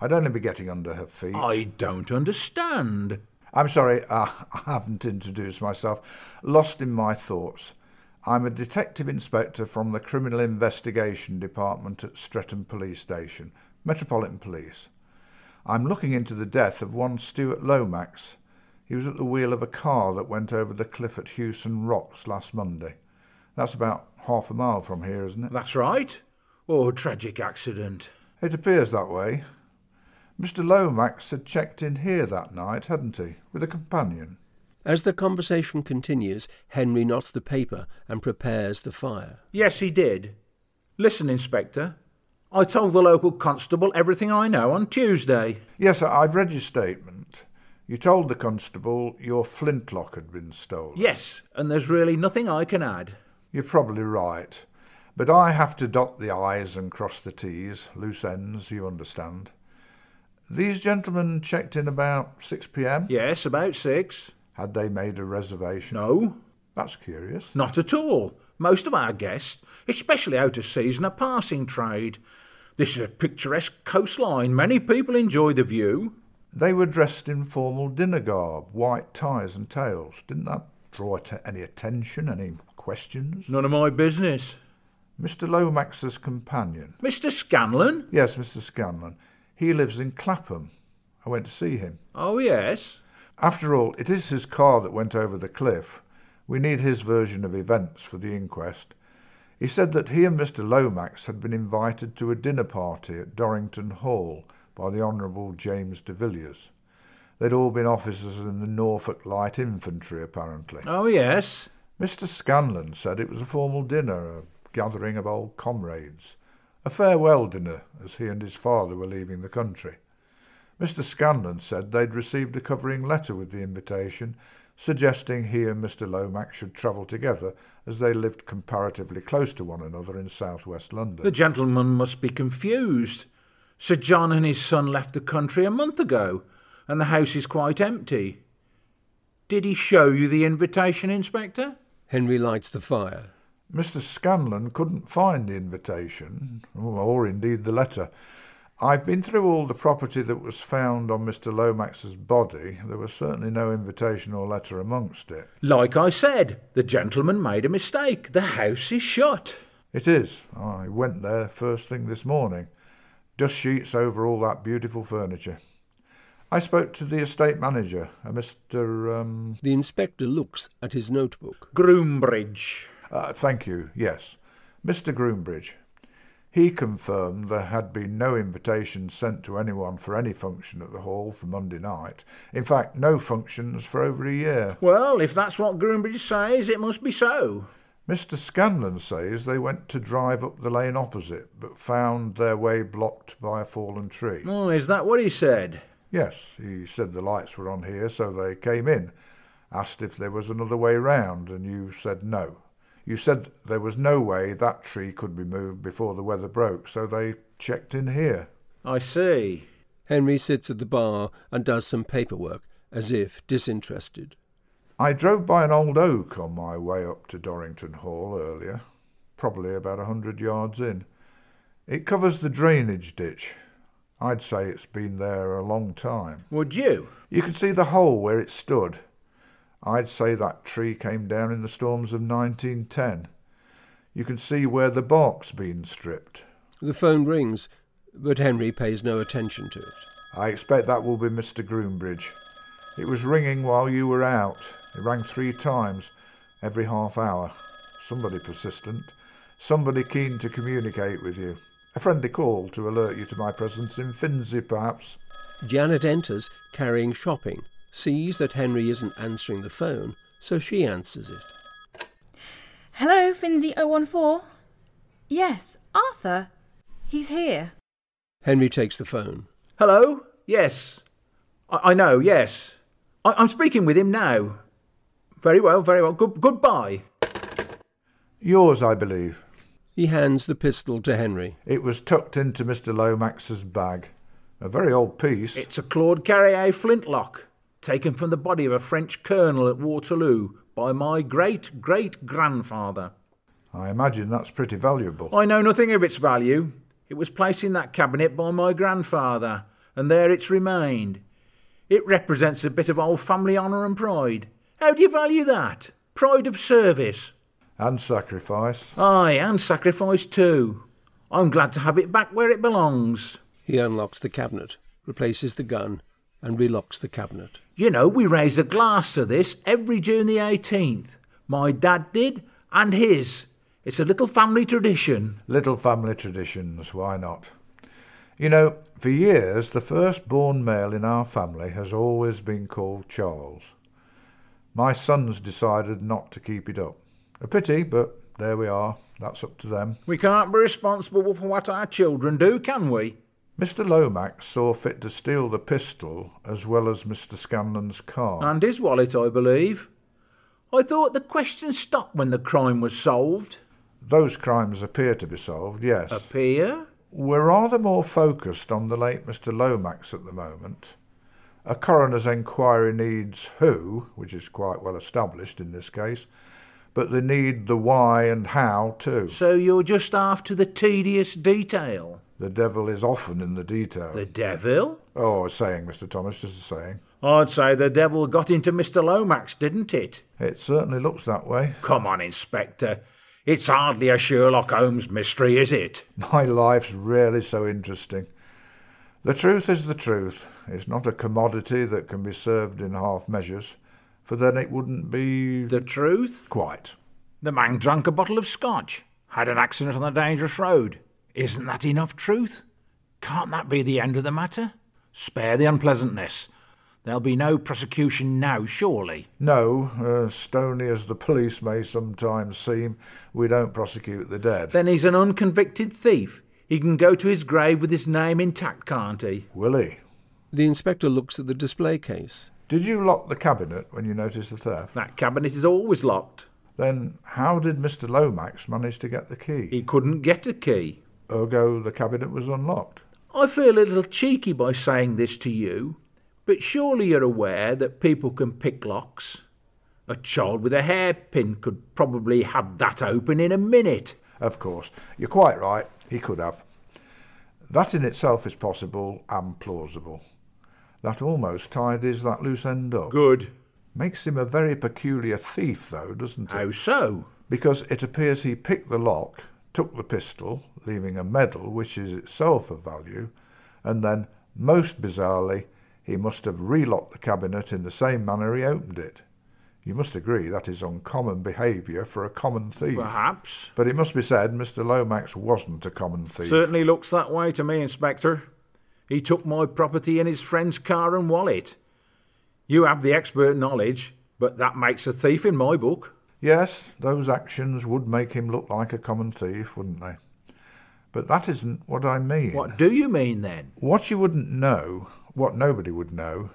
Speaker 10: I'd only be getting under her feet.
Speaker 4: I don't understand.
Speaker 10: I'm sorry, uh, I haven't introduced myself. Lost in my thoughts. I'm a detective inspector from the Criminal Investigation Department at Streatham Police Station, Metropolitan Police. I'm looking into the death of one Stuart Lomax. He was at the wheel of a car that went over the cliff at Hewson Rocks last Monday. That's about half a mile from here, isn't it?
Speaker 4: That's right. Oh, tragic accident.
Speaker 10: It appears that way. Mr. Lomax had checked in here that night, hadn't he, with a companion?
Speaker 1: As the conversation continues, Henry knots the paper and prepares the fire.
Speaker 4: Yes, he did. Listen, Inspector. I told the local constable everything I know on Tuesday.
Speaker 10: Yes, I- I've read your statement. You told the constable your flintlock had been stolen.
Speaker 4: Yes, and there's really nothing I can add.
Speaker 10: You're probably right. But I have to dot the I's and cross the T's, loose ends, you understand. These gentlemen checked in about 6 pm.
Speaker 4: Yes, about six.
Speaker 10: Had they made a reservation?
Speaker 4: No,
Speaker 10: That's curious.
Speaker 4: Not at all. Most of our guests, especially out of season, are passing trade. This is a picturesque coastline. Many people enjoy the view.
Speaker 10: They were dressed in formal dinner garb, white ties and tails. Didn't that draw att- any attention, any questions?
Speaker 4: None of my business.
Speaker 10: Mr. Lomax's companion.
Speaker 4: Mr. Scanlon?
Speaker 10: Yes, Mr. Scanlon. He lives in Clapham. I went to see him.
Speaker 4: Oh, yes.
Speaker 10: After all, it is his car that went over the cliff. We need his version of events for the inquest. He said that he and Mr. Lomax had been invited to a dinner party at Dorrington Hall by the Honourable James de Villiers. They'd all been officers in the Norfolk Light Infantry, apparently.
Speaker 4: Oh, yes.
Speaker 10: Mr. Scanlon said it was a formal dinner, a gathering of old comrades, a farewell dinner, as he and his father were leaving the country. Mr. Scanlon said they'd received a covering letter with the invitation, suggesting he and Mr. Lomax should travel together, as they lived comparatively close to one another in south west London.
Speaker 4: The gentleman must be confused. Sir John and his son left the country a month ago, and the house is quite empty. Did he show you the invitation, Inspector?
Speaker 1: Henry lights the fire.
Speaker 10: Mr. Scanlon couldn't find the invitation,
Speaker 4: Mm.
Speaker 10: Oh, or indeed the letter. I've been through all the property that was found on Mr. Lomax's body. There was certainly no invitation or letter amongst it.
Speaker 4: Like I said, the gentleman made a mistake. The house is shut.
Speaker 10: It is. I went there first thing this morning. Dust sheets over all that beautiful furniture. I spoke to the estate manager, a Mr. Um,
Speaker 1: The inspector looks at his notebook.
Speaker 4: Groombridge.
Speaker 10: Uh, thank you, yes. Mr. Groombridge. He confirmed there had been no invitation sent to anyone for any function at the Hall for Monday night. In fact, no functions for over a year.
Speaker 4: Well, if that's what Groombridge says, it must be so.
Speaker 10: Mr. Scanlon says they went to drive up the lane opposite, but found their way blocked by a fallen tree.
Speaker 4: Oh, is that what he said?
Speaker 10: Yes, he said the lights were on here, so they came in. Asked if there was another way round, and you said no. You said there was no way that tree could be moved before the weather broke, so they checked in here.
Speaker 4: I see.
Speaker 1: Henry sits at the bar and does some paperwork, as if disinterested.
Speaker 10: I drove by an old oak on my way up to Dorrington Hall earlier, probably about a hundred yards in. It covers the drainage ditch. I'd say it's been there a long time.
Speaker 4: Would you?
Speaker 10: You could see the hole where it stood. I'd say that tree came down in the storms of 1910. You can see where the bark's been stripped.
Speaker 1: The phone rings. But Henry pays no attention to it.
Speaker 10: I expect that will be Mr. Groombridge. It was ringing while you were out. It rang three times, every half hour. Somebody persistent. Somebody keen to communicate with you. A friendly call to alert you to my presence in Finsey, perhaps.
Speaker 1: Janet enters carrying shopping, sees that Henry isn't answering the phone, so she answers it.
Speaker 7: Hello, Finzi014. Yes, Arthur. He's here.
Speaker 1: Henry takes the phone.
Speaker 4: Hello? Yes. I, I know, yes. I, I'm speaking with him now. Very well, very well. Good, goodbye.
Speaker 10: Yours, I believe.
Speaker 1: He hands the pistol to Henry.
Speaker 10: It was tucked into Mr. Lomax's bag. A very old piece.
Speaker 4: It's a Claude Carrier flintlock, taken from the body of a French colonel at Waterloo by my great great grandfather.
Speaker 10: I imagine that's pretty valuable.
Speaker 4: I know nothing of its value. It was placed in that cabinet by my grandfather, and there it's remained. It represents a bit of old family honour and pride. How do you value that? Pride of service.
Speaker 10: And sacrifice.
Speaker 4: Aye, and sacrifice too. I'm glad to have it back where it belongs.
Speaker 1: He unlocks the cabinet, replaces the gun, and relocks the cabinet.
Speaker 4: You know, we raise a glass to this every June the 18th. My dad did, and his. It's a little family tradition.
Speaker 10: Little family traditions, why not? You know, for years, the first-born male in our family has always been called Charles. My sons decided not to keep it up. A pity, but there we are. That's up to them.
Speaker 4: We can't be responsible for what our children do, can we?
Speaker 10: Mr. Lomax saw fit to steal the pistol as well as Mr. Scanlon's car.
Speaker 4: And his wallet, I believe. I thought the question stopped when the crime was solved.
Speaker 10: Those crimes appear to be solved, yes.
Speaker 4: Appear?
Speaker 10: We're rather more focused on the late Mr. Lomax at the moment. A coroner's inquiry needs who, which is quite well established in this case, but they need the why and how too.
Speaker 4: So you're just after the tedious detail.
Speaker 10: The devil is often in the detail.
Speaker 4: The devil?
Speaker 10: Oh, a saying, Mr. Thomas, just a saying.
Speaker 4: I'd say the devil got into Mr. Lomax, didn't it?
Speaker 10: It certainly looks that way.
Speaker 4: Come on, Inspector. It's hardly a Sherlock Holmes mystery, is it?
Speaker 10: My life's rarely so interesting. The truth is the truth. It's not a commodity that can be served in half measures, for then it wouldn't be
Speaker 4: The truth?
Speaker 10: quite.
Speaker 4: The man drank a bottle of scotch, had an accident on a dangerous road. Isn't that enough truth? Can't that be the end of the matter? Spare the unpleasantness. There'll be no prosecution now, surely.
Speaker 10: No, uh, stony as the police may sometimes seem, we don't prosecute the dead.
Speaker 4: Then he's an unconvicted thief. He can go to his grave with his name intact, can't he?
Speaker 10: Will he?
Speaker 1: The inspector looks at the display case.
Speaker 10: Did you lock the cabinet when you noticed the theft?
Speaker 4: That cabinet is always locked.
Speaker 10: Then how did Mr. Lomax manage to get the key?
Speaker 4: He couldn't get a key.
Speaker 10: Ergo, the cabinet was unlocked.
Speaker 4: I feel a little cheeky by saying this to you, but surely you're aware that people can pick locks. A child with a hairpin could probably have that open in a minute.
Speaker 10: Of course, you're quite right, he could have. That in itself is possible and plausible. That almost tidies that loose end up.
Speaker 4: Good.
Speaker 10: Makes him a very peculiar thief, though, doesn't it?
Speaker 4: How so?
Speaker 10: Because it appears he picked the lock, took the pistol, leaving a medal, which is itself of value, and then, most bizarrely, he must have relocked the cabinet in the same manner he opened it. You must agree that is uncommon behaviour for a common thief.
Speaker 4: Perhaps.
Speaker 10: But it must be said Mr. Lomax wasn't a common thief.
Speaker 4: Certainly looks that way to me, Inspector. He took my property and his friend's car and wallet. You have the expert knowledge, but that makes a thief in my book.
Speaker 10: Yes, those actions would make him look like a common thief, wouldn't they? But that isn't what I mean.
Speaker 4: What do you mean then?
Speaker 10: What you wouldn't know, what nobody would know,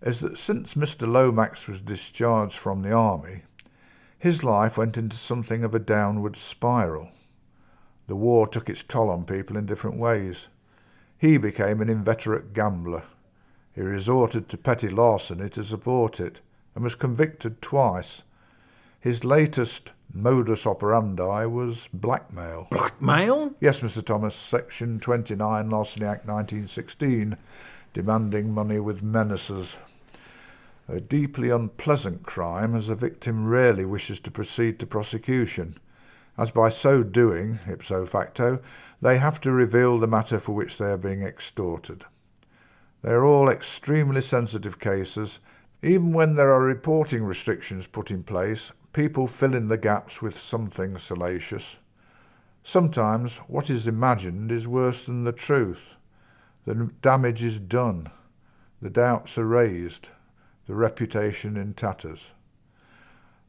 Speaker 10: is that since Mr. Lomax was discharged from the army, his life went into something of a downward spiral. The war took its toll on people in different ways. He became an inveterate gambler. He resorted to petty larceny to support it, and was convicted twice. His latest modus operandi was blackmail.
Speaker 4: Blackmail?
Speaker 10: Yes, Mr. Thomas, Section 29, Larceny Act 1916, demanding money with menaces. A deeply unpleasant crime, as the victim rarely wishes to proceed to prosecution, as by so doing, ipso facto, they have to reveal the matter for which they are being extorted. They are all extremely sensitive cases. Even when there are reporting restrictions put in place, people fill in the gaps with something salacious. Sometimes what is imagined is worse than the truth. The damage is done. The doubts are raised. The reputation in tatters.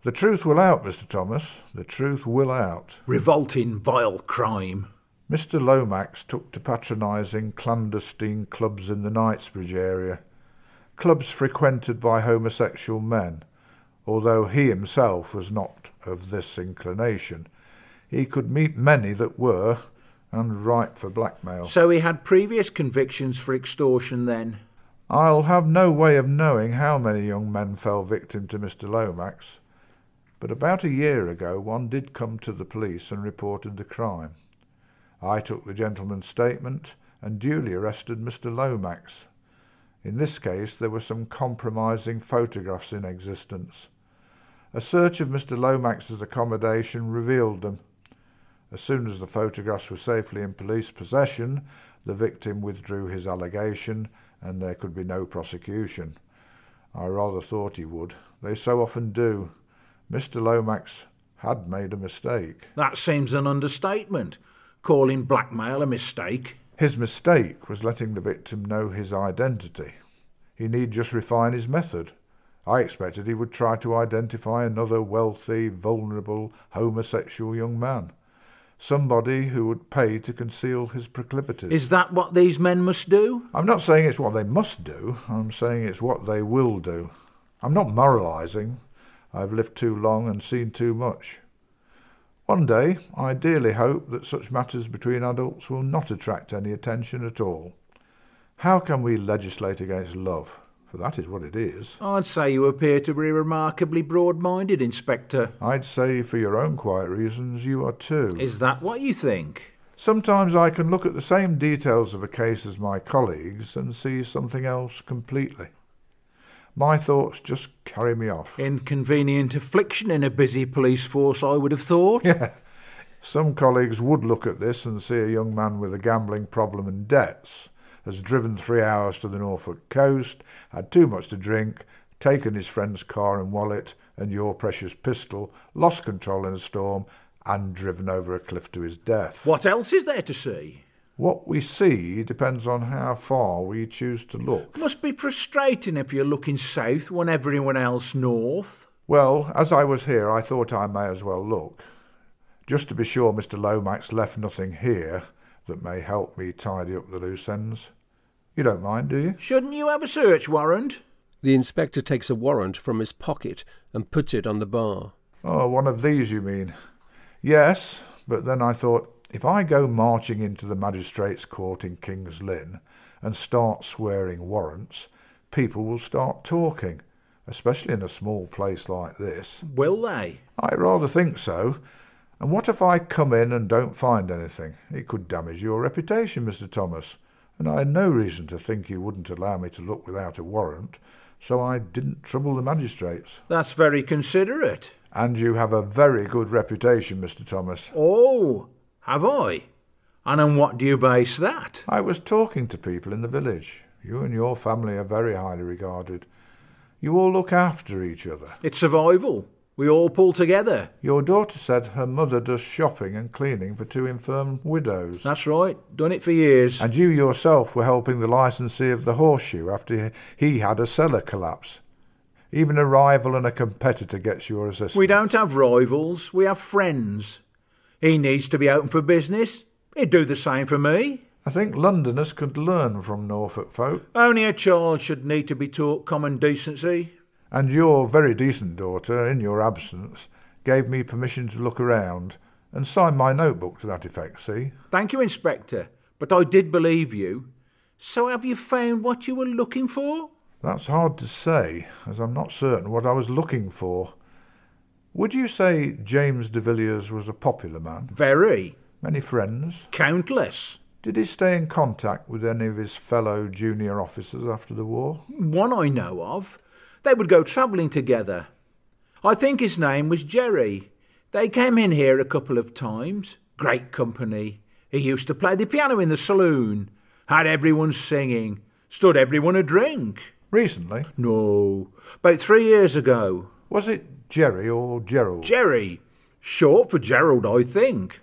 Speaker 10: The truth will out, Mr. Thomas. The truth will out.
Speaker 4: Revolting, vile crime.
Speaker 10: Mr. Lomax took to patronising clandestine clubs in the Knightsbridge area, clubs frequented by homosexual men. Although he himself was not of this inclination, he could meet many that were, and ripe for blackmail.
Speaker 4: So he had previous convictions for extortion then?
Speaker 10: I'll have no way of knowing how many young men fell victim to Mr. Lomax, but about a year ago one did come to the police and reported the crime. I took the gentleman's statement and duly arrested Mr. Lomax. In this case, there were some compromising photographs in existence. A search of Mr. Lomax's accommodation revealed them. As soon as the photographs were safely in police possession, the victim withdrew his allegation and there could be no prosecution. I rather thought he would. They so often do. Mr. Lomax had made a mistake.
Speaker 4: That seems an understatement. Calling blackmail a mistake.
Speaker 10: His mistake was letting the victim know his identity. He need just refine his method. I expected he would try to identify another wealthy, vulnerable, homosexual young man. Somebody who would pay to conceal his proclivities.
Speaker 4: Is that what these men must do?
Speaker 10: I'm not saying it's what they must do, I'm saying it's what they will do. I'm not moralising. I've lived too long and seen too much. One day, I dearly hope that such matters between adults will not attract any attention at all. How can we legislate against love? For that is what it is.
Speaker 4: I'd say you appear to be remarkably broad minded, Inspector.
Speaker 10: I'd say, for your own quiet reasons, you are too.
Speaker 4: Is that what you think?
Speaker 10: Sometimes I can look at the same details of a case as my colleagues and see something else completely. My thoughts just carry me off.
Speaker 4: Inconvenient affliction in a busy police force, I would have thought.
Speaker 10: Yeah. Some colleagues would look at this and see a young man with a gambling problem and debts has driven three hours to the Norfolk coast, had too much to drink, taken his friend's car and wallet and your precious pistol, lost control in a storm, and driven over a cliff to his death.
Speaker 4: What else is there to see?
Speaker 10: What we see depends on how far we choose to look.
Speaker 4: Must be frustrating if you're looking south when everyone else north.
Speaker 10: Well, as I was here, I thought I may as well look. Just to be sure Mr. Lomax left nothing here that may help me tidy up the loose ends. You don't mind, do you?
Speaker 4: Shouldn't you have a search warrant?
Speaker 1: The inspector takes a warrant from his pocket and puts it on the bar.
Speaker 10: Oh, one of these, you mean? Yes, but then I thought, if I go marching into the magistrates' court in King's Lynn and start swearing warrants, people will start talking, especially in a small place like this.
Speaker 4: Will they?
Speaker 10: I rather think so. And what if I come in and don't find anything? It could damage your reputation, Mr. Thomas. And I had no reason to think you wouldn't allow me to look without a warrant, so I didn't trouble the magistrates.
Speaker 4: That's very considerate.
Speaker 10: And you have a very good reputation, Mr. Thomas.
Speaker 4: Oh, have I? And on what do you base that?
Speaker 10: I was talking to people in the village. You and your family are very highly regarded. You all look after each other.
Speaker 4: It's survival. We all pull together.
Speaker 10: Your daughter said her mother does shopping and cleaning for two infirm widows.
Speaker 4: That's right. Done it for years.
Speaker 10: And you yourself were helping the licensee of the horseshoe after he had a cellar collapse. Even a rival and a competitor gets your assistance.
Speaker 4: We don't have rivals. We have friends. He needs to be open for business. He'd do the same for me.
Speaker 10: I think Londoners could learn from Norfolk folk.
Speaker 4: Only a child should need to be taught common decency
Speaker 10: and your very decent daughter, in your absence, gave me permission to look around and signed my notebook to that effect, see?
Speaker 4: Thank you, Inspector, but I did believe you. So have you found what you were looking for?
Speaker 10: That's hard to say, as I'm not certain what I was looking for. Would you say James de Villiers was a popular man?
Speaker 4: Very.
Speaker 10: Many friends?
Speaker 4: Countless.
Speaker 10: Did he stay in contact with any of his fellow junior officers after the war?
Speaker 4: One I know of. They would go travelling together. I think his name was Jerry. They came in here a couple of times. Great company. He used to play the piano in the saloon. Had everyone singing. Stood everyone a drink.
Speaker 10: Recently?
Speaker 4: No. About three years ago.
Speaker 10: Was it Jerry or Gerald?
Speaker 4: Jerry. Short for Gerald, I think.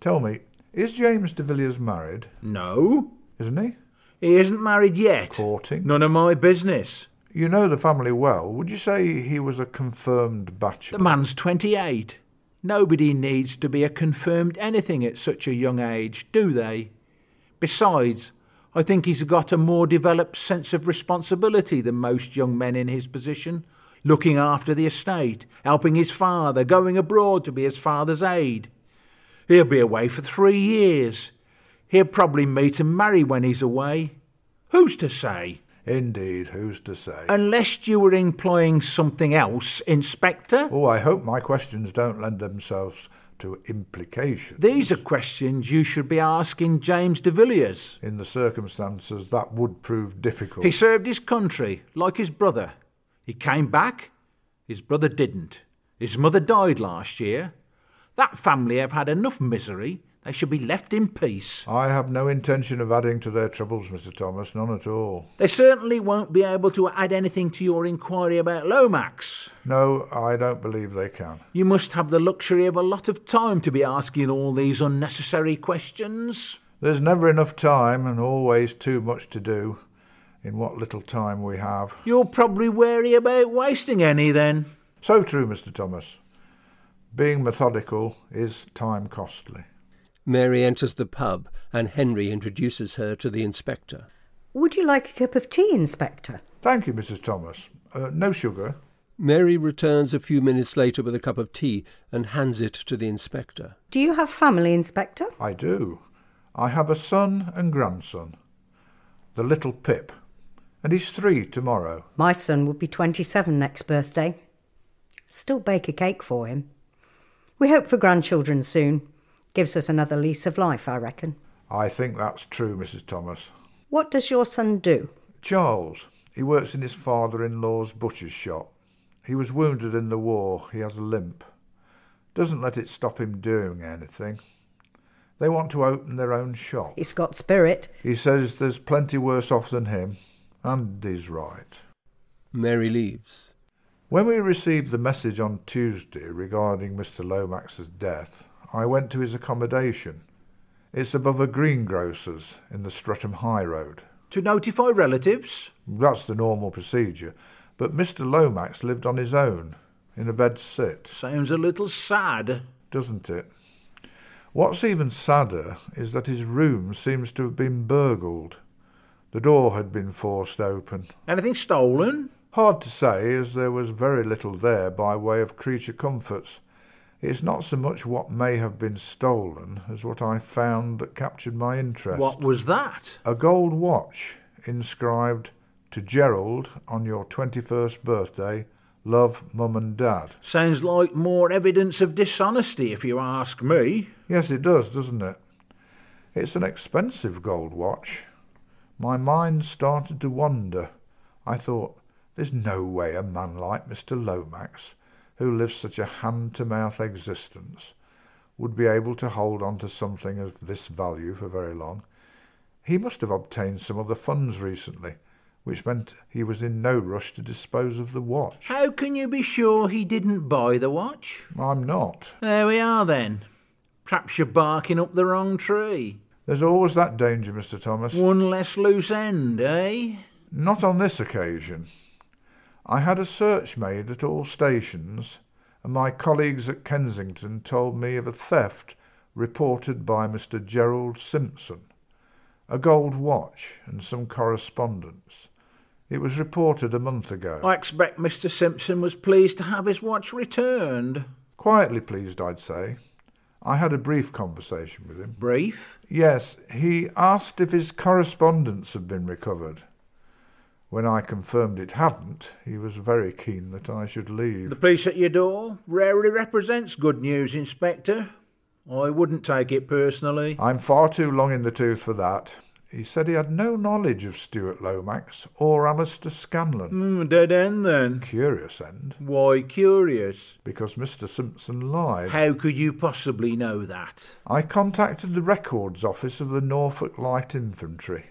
Speaker 10: Tell me, is James de Villiers married?
Speaker 4: No.
Speaker 10: Isn't he?
Speaker 4: He isn't married yet.
Speaker 10: Courting?
Speaker 4: None of my business.
Speaker 10: You know the family well. Would you say he was a confirmed
Speaker 4: The
Speaker 10: bachelor?
Speaker 4: man's 28. Nobody needs to be a confirmed anything at such a young age, do they? Besides, I think he's got a more developed sense of responsibility than most young men in his position, looking after the estate, helping his father, going abroad to be his father's aide. He'll be away for three years. He'll probably meet and marry when he's away. Who's to say?
Speaker 10: Indeed, who's to say?
Speaker 4: Unless you were employing something else, Inspector?
Speaker 10: Oh, I hope my questions don't lend themselves to implication.
Speaker 4: These are questions you should be asking James de Villiers.
Speaker 10: In the circumstances, that would prove difficult.
Speaker 4: He served his country like his brother. He came back. His brother didn't. His mother died last year. That family have had enough misery. They should be left in peace.
Speaker 10: I have no intention of adding to their troubles, Mr. Thomas, none at all.
Speaker 4: They certainly won't be able to add anything to your inquiry about Lomax.
Speaker 10: No, I don't believe they can.
Speaker 4: You must have the luxury of a lot of time to be asking all these unnecessary questions.
Speaker 10: There's never enough time and always too much to do in what little time we have.
Speaker 4: You're probably wary about wasting any then.
Speaker 10: So true, Mr. Thomas. Being methodical is time costly.
Speaker 11: Mary enters the pub, and Henry introduces her to the inspector.
Speaker 6: Would you like a cup of tea, Inspector?
Speaker 10: Thank you, Mrs. Thomas. Uh, no sugar.
Speaker 11: Mary returns a few minutes later with a cup of tea and hands it to the inspector.
Speaker 6: Do you have family, Inspector?
Speaker 10: I do. I have a son and grandson. The little Pip. And he's three tomorrow.
Speaker 6: My son would be 27 next birthday. Still bake a cake for him. We hope for grandchildren soon. Gives us another lease of life, I reckon.
Speaker 10: I think that's true, Mrs. Thomas.
Speaker 6: What does your son do?
Speaker 10: Charles. He works in his father in law's butcher's shop. He was wounded in the war. He has a limp. Doesn't let it stop him doing anything. They want to open their own shop.
Speaker 6: He's got spirit.
Speaker 10: He says there's plenty worse off than him, and he's right.
Speaker 11: Mary leaves.
Speaker 10: When we received the message on Tuesday regarding Mr. Lomax's death, I went to his accommodation. It's above a greengrocer's in the Streatham High Road.
Speaker 4: To notify relatives?
Speaker 10: That's the normal procedure, but Mr. Lomax lived on his own, in a bed sit,
Speaker 4: Sounds a little sad.
Speaker 10: doesn't it? What's even sadder is that his room seems to have been burgled. The door had been forced open.
Speaker 4: Anything stolen?
Speaker 10: Hard to say, as there was very little there by way of creature comforts. It's not so much what may have been stolen as what I found that captured my interest.
Speaker 4: What was that?
Speaker 10: A gold watch inscribed to Gerald on your 21st birthday. Love, Mum and Dad.
Speaker 4: Sounds like more evidence of dishonesty, if you ask me.
Speaker 10: Yes, it does, doesn't it? It's an expensive gold watch. My mind started to wander. I thought, there's no way a man like Mr. Lomax, who lives such a hand to mouth existence, would be able to hold on to something of this value for very long. He must have obtained some of the funds recently, which meant he was in no rush to dispose of the watch.
Speaker 4: How can you be sure he didn't buy the watch?
Speaker 10: I'm not.
Speaker 4: There we are then. Perhaps you're barking up the wrong tree.
Speaker 10: There's always that danger, Mr. Thomas.
Speaker 4: One less loose end, eh?
Speaker 10: Not on this occasion. I had a search made at all stations, and my colleagues at Kensington told me of a theft reported by Mr. Gerald Simpson. A gold watch and some correspondence. It was reported a month ago.
Speaker 4: I expect Mr. Simpson was pleased to have his watch returned.
Speaker 10: Quietly pleased, I'd say. I had a brief conversation with him.
Speaker 4: Brief?
Speaker 10: Yes, he asked if his correspondence had been recovered. When I confirmed it hadn't, he was very keen that I should leave.
Speaker 4: The police at your door rarely represents good news, Inspector. I wouldn't take it personally.
Speaker 10: I'm far too long in the tooth for that. He said he had no knowledge of Stuart Lomax or Alistair Scanlon.
Speaker 4: Mm, dead end then.
Speaker 10: Curious end.
Speaker 4: Why curious?
Speaker 10: Because Mr. Simpson lied.
Speaker 4: How could you possibly know that?
Speaker 10: I contacted the records office of the Norfolk Light Infantry.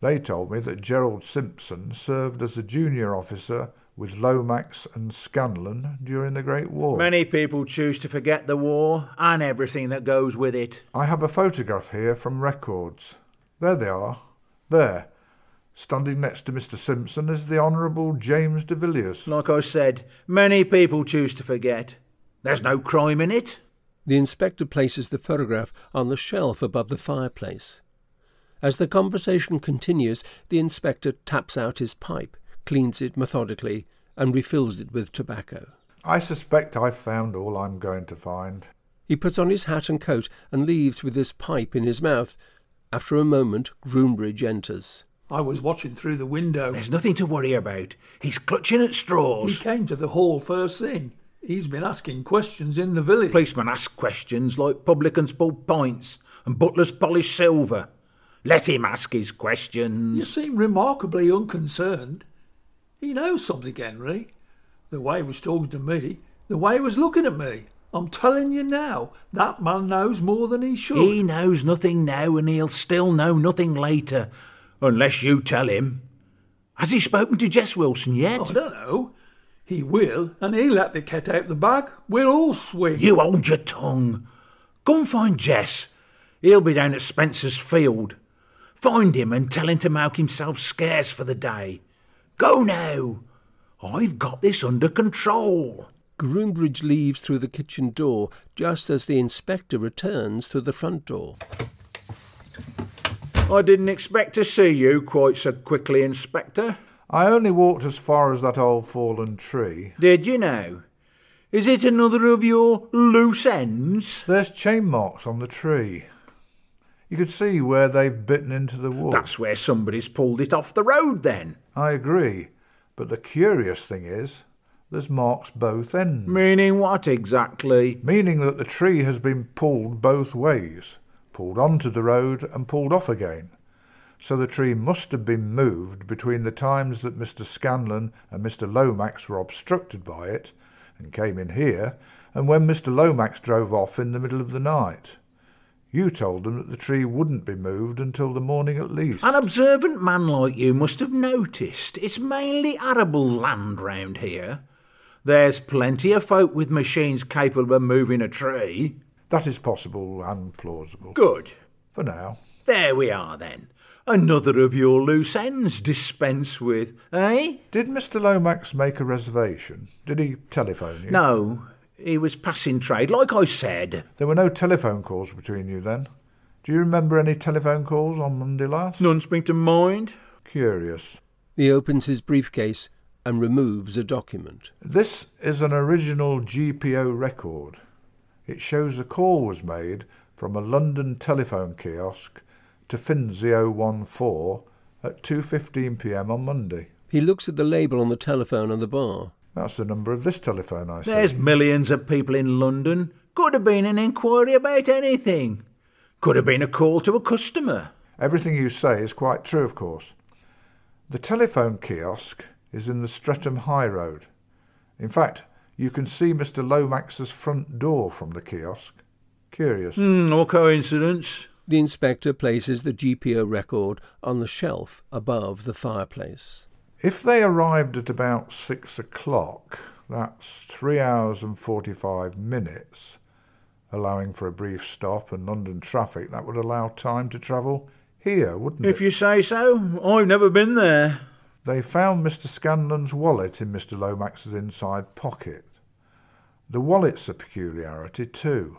Speaker 10: They told me that Gerald Simpson served as a junior officer with Lomax and Scanlon during the Great War.
Speaker 4: Many people choose to forget the war and everything that goes with it.
Speaker 10: I have a photograph here from records. There they are. There. Standing next to Mr. Simpson is the Honourable James de Villiers.
Speaker 4: Like I said, many people choose to forget. There's no crime in it.
Speaker 11: The inspector places the photograph on the shelf above the fireplace. As the conversation continues, the inspector taps out his pipe, cleans it methodically, and refills it with tobacco.
Speaker 10: I suspect I've found all I'm going to find.
Speaker 11: He puts on his hat and coat and leaves with his pipe in his mouth. After a moment, Groombridge enters.
Speaker 8: I was watching through the window.
Speaker 4: There's nothing to worry about. He's clutching at straws.
Speaker 8: He came to the hall first thing. He's been asking questions in the village.
Speaker 4: Policemen ask questions like publicans pull pints and butlers polish silver. Let him ask his questions.
Speaker 8: You seem remarkably unconcerned. He knows something, Henry. The way he was talking to me, the way he was looking at me. I'm telling you now, that man knows more than he should.
Speaker 4: He knows nothing now and he'll still know nothing later, unless you tell him. Has he spoken to Jess Wilson yet?
Speaker 8: I don't know. He will, and he'll let the cat out the bag. We'll all swing.
Speaker 4: You hold your tongue. Go and find Jess. He'll be down at Spencer's Field. Find him and tell him to make himself scarce for the day. Go now. Oh, I've got this under control.
Speaker 11: Groombridge leaves through the kitchen door just as the inspector returns through the front door.
Speaker 4: I didn't expect to see you quite so quickly, Inspector.
Speaker 10: I only walked as far as that old fallen tree.
Speaker 4: Did you now? Is it another of your loose ends?
Speaker 10: There's chain marks on the tree. You could see where they've bitten into the wood.
Speaker 4: That's where somebody's pulled it off the road, then.
Speaker 10: I agree. But the curious thing is, there's marks both ends.
Speaker 4: Meaning what exactly?
Speaker 10: Meaning that the tree has been pulled both ways, pulled onto the road and pulled off again. So the tree must have been moved between the times that Mr. Scanlon and Mr. Lomax were obstructed by it and came in here, and when Mr. Lomax drove off in the middle of the night. You told them that the tree wouldn't be moved until the morning at least.
Speaker 4: An observant man like you must have noticed it's mainly arable land round here. There's plenty of folk with machines capable of moving a tree.
Speaker 10: That is possible and plausible.
Speaker 4: Good.
Speaker 10: For now.
Speaker 4: There we are then. Another of your loose ends dispense with, eh?
Speaker 10: Did Mr. Lomax make a reservation? Did he telephone you?
Speaker 4: No, he was passing trade, like I said.
Speaker 10: There were no telephone calls between you then. Do you remember any telephone calls on Monday last?
Speaker 4: None spring to mind.
Speaker 10: Curious.
Speaker 11: He opens his briefcase and removes a document.
Speaker 10: This is an original GPO record. It shows a call was made from a London telephone kiosk to Finzi 014 at 2.15 p.m. on Monday.
Speaker 11: He looks at the label on the telephone on the bar.
Speaker 10: That's the number of this telephone, I see.
Speaker 4: There's millions of people in London. Could have been an inquiry about anything. Could have been a call to a customer.
Speaker 10: Everything you say is quite true, of course. The telephone kiosk is in the Streatham High Road. In fact, you can see Mr. Lomax's front door from the kiosk. Curious.
Speaker 4: Mm, or coincidence.
Speaker 11: The inspector places the GPO record on the shelf above the fireplace.
Speaker 10: If they arrived at about six o'clock, that's three hours and 45 minutes, allowing for a brief stop and London traffic, that would allow time to travel here, wouldn't
Speaker 4: if
Speaker 10: it?
Speaker 4: If you say so. I've never been there.
Speaker 10: They found Mr. Scanlon's wallet in Mr. Lomax's inside pocket. The wallet's a peculiarity, too.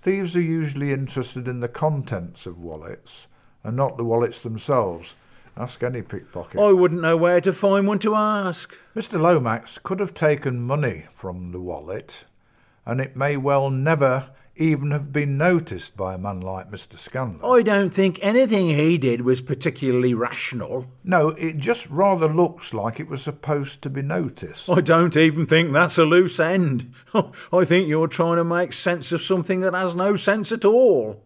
Speaker 10: Thieves are usually interested in the contents of wallets and not the wallets themselves. Ask any pickpocket.
Speaker 4: I wouldn't know where to find one to ask.
Speaker 10: Mr. Lomax could have taken money from the wallet, and it may well never even have been noticed by a man like Mr. Scanlon.
Speaker 4: I don't think anything he did was particularly rational.
Speaker 10: No, it just rather looks like it was supposed to be noticed.
Speaker 4: I don't even think that's a loose end. I think you're trying to make sense of something that has no sense at all.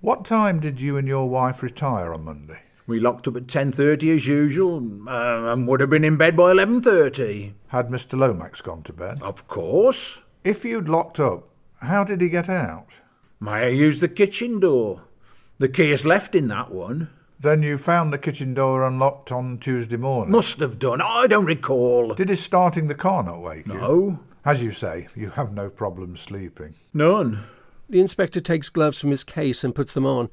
Speaker 10: What time did you and your wife retire on Monday?
Speaker 4: We locked up at 10.30 as usual uh, and would have been in bed by 11.30.
Speaker 10: Had Mr. Lomax gone to bed?
Speaker 4: Of course.
Speaker 10: If you'd locked up, how did he get out?
Speaker 4: Maya used the kitchen door. The key is left in that one.
Speaker 10: Then you found the kitchen door unlocked on Tuesday morning?
Speaker 4: Must have done. I don't recall.
Speaker 10: Did his starting the car not wake you?
Speaker 4: No.
Speaker 10: As you say, you have no problem sleeping.
Speaker 4: None.
Speaker 11: The inspector takes gloves from his case and puts them on,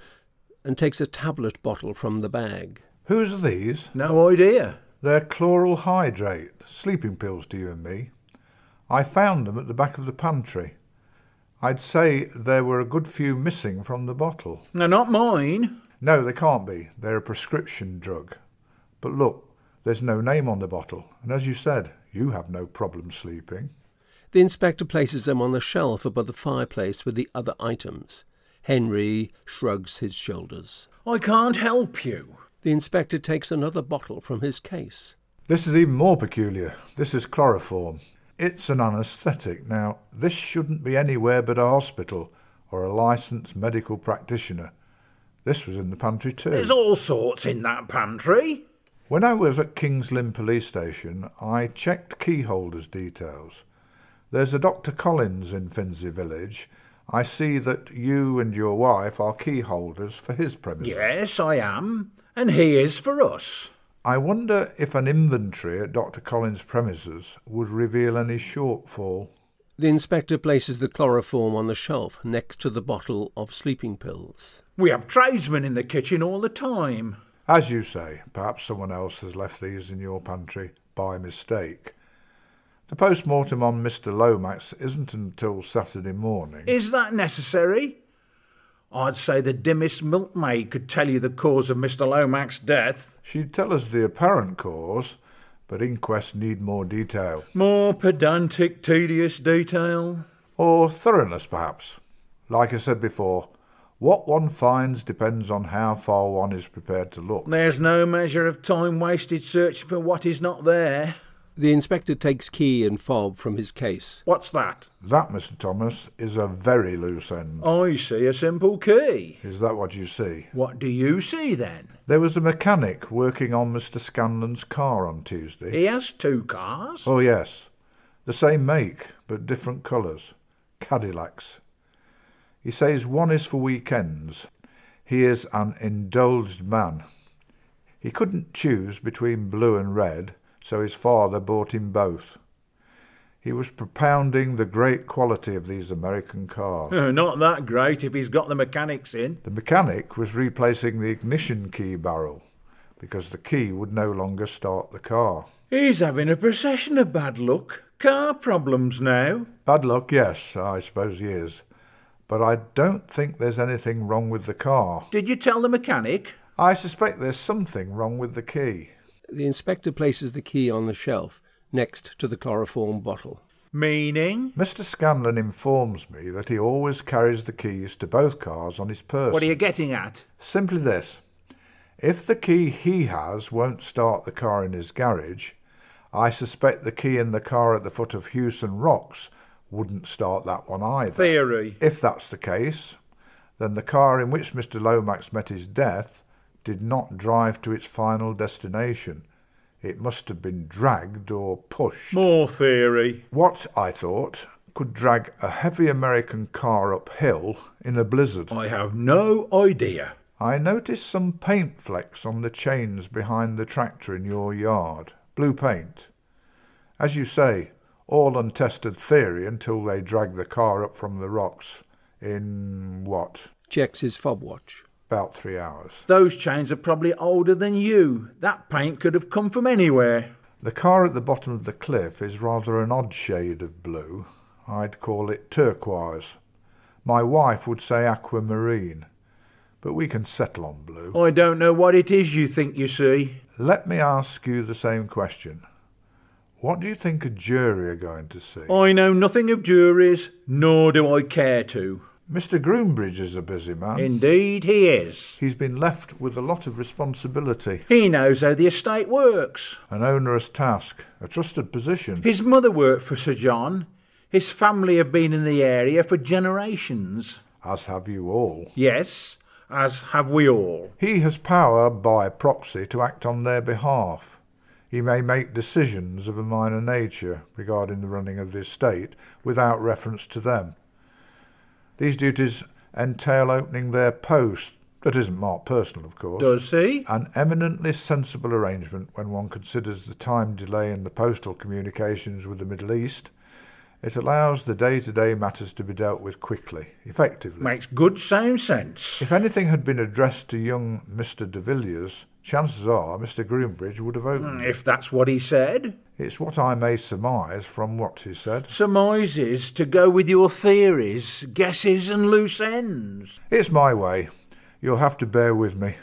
Speaker 11: and takes a tablet bottle from the bag.
Speaker 10: Whose are these?
Speaker 4: No idea.
Speaker 10: They're chloral hydrate, sleeping pills to you and me. I found them at the back of the pantry. I'd say there were a good few missing from the bottle.
Speaker 4: They're not mine.
Speaker 10: No, they can't be. They're a prescription drug. But look, there's no name on the bottle, and as you said, you have no problem sleeping.
Speaker 11: The inspector places them on the shelf above the fireplace with the other items. Henry shrugs his shoulders.
Speaker 4: I can't help you.
Speaker 11: The inspector takes another bottle from his case.
Speaker 10: This is even more peculiar. This is chloroform. It's an anaesthetic. Now, this shouldn't be anywhere but a hospital or a licensed medical practitioner. This was in the pantry too.
Speaker 4: There's all sorts in that pantry.
Speaker 10: When I was at King's Lynn Police Station, I checked keyholders' details. There's a Dr. Collins in Finsley Village. I see that you and your wife are keyholders for his premises.
Speaker 4: Yes, I am, and he is for us.
Speaker 10: I wonder if an inventory at Dr. Collins' premises would reveal any shortfall.
Speaker 11: The inspector places the chloroform on the shelf next to the bottle of sleeping pills.
Speaker 4: We have tradesmen in the kitchen all the time.
Speaker 10: As you say, perhaps someone else has left these in your pantry by mistake. The post mortem on Mr. Lomax isn't until Saturday morning.
Speaker 4: Is that necessary? I'd say the dimmest milkmaid could tell you the cause of Mr. Lomax's death.
Speaker 10: She'd tell us the apparent cause, but inquests need more detail.
Speaker 4: More pedantic, tedious detail.
Speaker 10: Or thoroughness, perhaps. Like I said before, what one finds depends on how far one is prepared to look.
Speaker 4: There's no measure of time wasted searching for what is not there.
Speaker 11: The inspector takes key and fob from his case.
Speaker 4: What's that?
Speaker 10: That, Mr. Thomas, is a very loose end.
Speaker 4: I see a simple key.
Speaker 10: Is that what you see?
Speaker 4: What do you see then?
Speaker 10: There was a mechanic working on Mr. Scanlon's car on Tuesday.
Speaker 4: He has two cars?
Speaker 10: Oh, yes. The same make, but different colours. Cadillacs. He says one is for weekends. He is an indulged man. He couldn't choose between blue and red, so his father bought him both. He was propounding the great quality of these American cars.
Speaker 4: Not that great if he's got the mechanics in.
Speaker 10: The mechanic was replacing the ignition key barrel because the key would no longer start the car.
Speaker 4: He's having a procession of bad luck. Car problems now.
Speaker 10: Bad luck, yes, I suppose he is but I don't think there's anything wrong with the car.
Speaker 4: Did you tell the mechanic?
Speaker 10: I suspect there's something wrong with the key.
Speaker 11: The inspector places the key on the shelf next to the chloroform bottle.
Speaker 4: Meaning?
Speaker 10: Mr. Scanlon informs me that he always carries the keys to both cars on his purse.
Speaker 4: What are you getting at?
Speaker 10: Simply this. If the key he has won't start the car in his garage, I suspect the key in the car at the foot of Hewson Rocks wouldn't start that one either.
Speaker 4: Theory.
Speaker 10: If that's the case, then the car in which Mr. Lomax met his death did not drive to its final destination. It must have been dragged or pushed.
Speaker 4: More theory.
Speaker 10: What, I thought, could drag a heavy American car uphill in a blizzard?
Speaker 4: I have no idea.
Speaker 10: I noticed some paint flecks on the chains behind the tractor in your yard. Blue paint. As you say, all untested theory until they drag the car up from the rocks in what?
Speaker 11: Checks his fob watch.
Speaker 10: About three hours.
Speaker 4: Those chains are probably older than you. That paint could have come from anywhere.
Speaker 10: The car at the bottom of the cliff is rather an odd shade of blue. I'd call it turquoise. My wife would say aquamarine. But we can settle on blue.
Speaker 4: I don't know what it is you think you see.
Speaker 10: Let me ask you the same question. What do you think a jury are going to see?
Speaker 4: I know nothing of juries, nor do I care to.
Speaker 10: Mr. Groombridge is a busy man.
Speaker 4: Indeed, he is.
Speaker 10: He's been left with a lot of responsibility.
Speaker 4: He knows how the estate works.
Speaker 10: An onerous task, a trusted position.
Speaker 4: His mother worked for Sir John. His family have been in the area for generations.
Speaker 10: As have you all.
Speaker 4: Yes, as have we all.
Speaker 10: He has power by proxy to act on their behalf. He may make decisions of a minor nature regarding the running of the estate without reference to them. These duties entail opening their post, that isn't marked personal, of course.
Speaker 4: Does he?
Speaker 10: An eminently sensible arrangement when one considers the time delay in the postal communications with the Middle East. It allows the day to day matters to be dealt with quickly, effectively.
Speaker 4: Makes good sound sense.
Speaker 10: If anything had been addressed to young Mr. de Villiers, chances are Mr. Groombridge would have opened. it.
Speaker 4: Mm, If that's what he said.
Speaker 10: It's what I may surmise from what he said.
Speaker 4: Surmises to go with your theories, guesses, and loose ends.
Speaker 10: It's my way. You'll have to bear with me.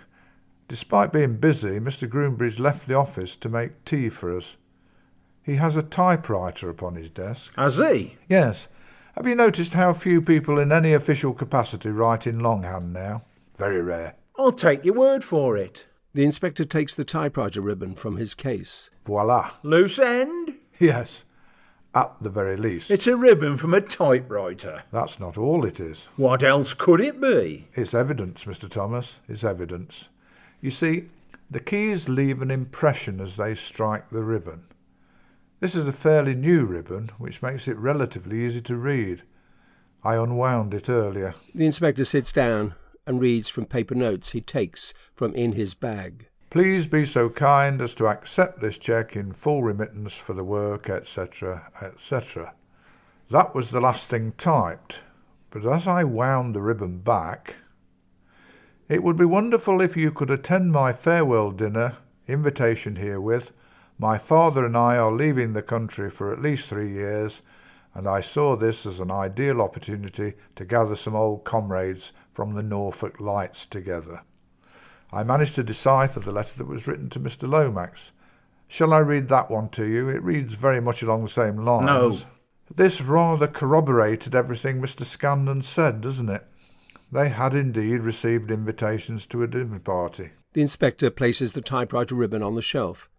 Speaker 10: Despite being busy, Mr. Groombridge left the office to make tea for us. He has a typewriter upon his desk.
Speaker 4: Has he?
Speaker 10: Yes. Have you noticed how few people in any official capacity write in longhand now? Very rare.
Speaker 4: I'll take your word for it.
Speaker 11: The inspector takes the typewriter ribbon from his case.
Speaker 10: Voila.
Speaker 4: Loose end?
Speaker 10: Yes. At the very least.
Speaker 4: It's a ribbon from a typewriter.
Speaker 10: That's not all it is.
Speaker 4: What else could it be?
Speaker 10: It's evidence, Mr. Thomas. It's evidence. You see, the keys leave an impression as they strike the ribbon. This is a fairly new ribbon, which makes it relatively easy to read. I unwound it earlier.
Speaker 11: The inspector sits down and reads from paper notes he takes from in his bag.
Speaker 10: Please be so kind as to accept this cheque in full remittance for the work, etc., etc. That was the last thing typed, but as I wound the ribbon back, it would be wonderful if you could attend my farewell dinner, invitation herewith. My father and I are leaving the country for at least three years, and I saw this as an ideal opportunity to gather some old comrades from the Norfolk Lights together. I managed to decipher the letter that was written to Mr. Lomax. Shall I read that one to you? It reads very much along the same lines.
Speaker 4: No.
Speaker 10: This rather corroborated everything Mr. Scanlon said, doesn't it? They had indeed received invitations to a dinner party.
Speaker 11: The inspector places the typewriter ribbon on the shelf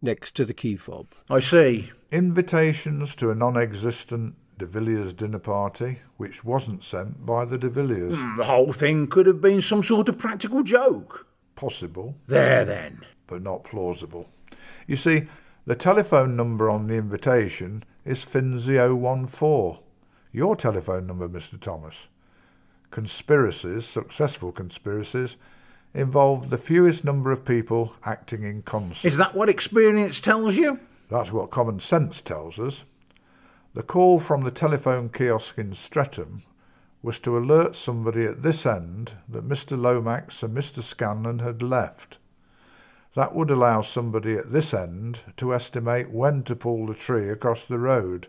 Speaker 11: next to the key fob.
Speaker 4: I see.
Speaker 10: Invitations to a non existent de Villiers dinner party, which wasn't sent by the de Villiers.
Speaker 4: Hmm, The whole thing could have been some sort of practical joke.
Speaker 10: Possible,
Speaker 4: There then.
Speaker 10: but not plausible. You see, the telephone number on the invitation is Finzi014. Your telephone number, Mr. Thomas. Conspiracies, successful conspiracies, involve the fewest number of people acting in concert.
Speaker 4: Is that what experience tells you?
Speaker 10: That's what common sense tells us. The call from the telephone kiosk in Streatham was to alert somebody at this end that Mr. Lomax and Mr. Scanlon had left. That would allow somebody at this end to estimate when to pull the tree across the road.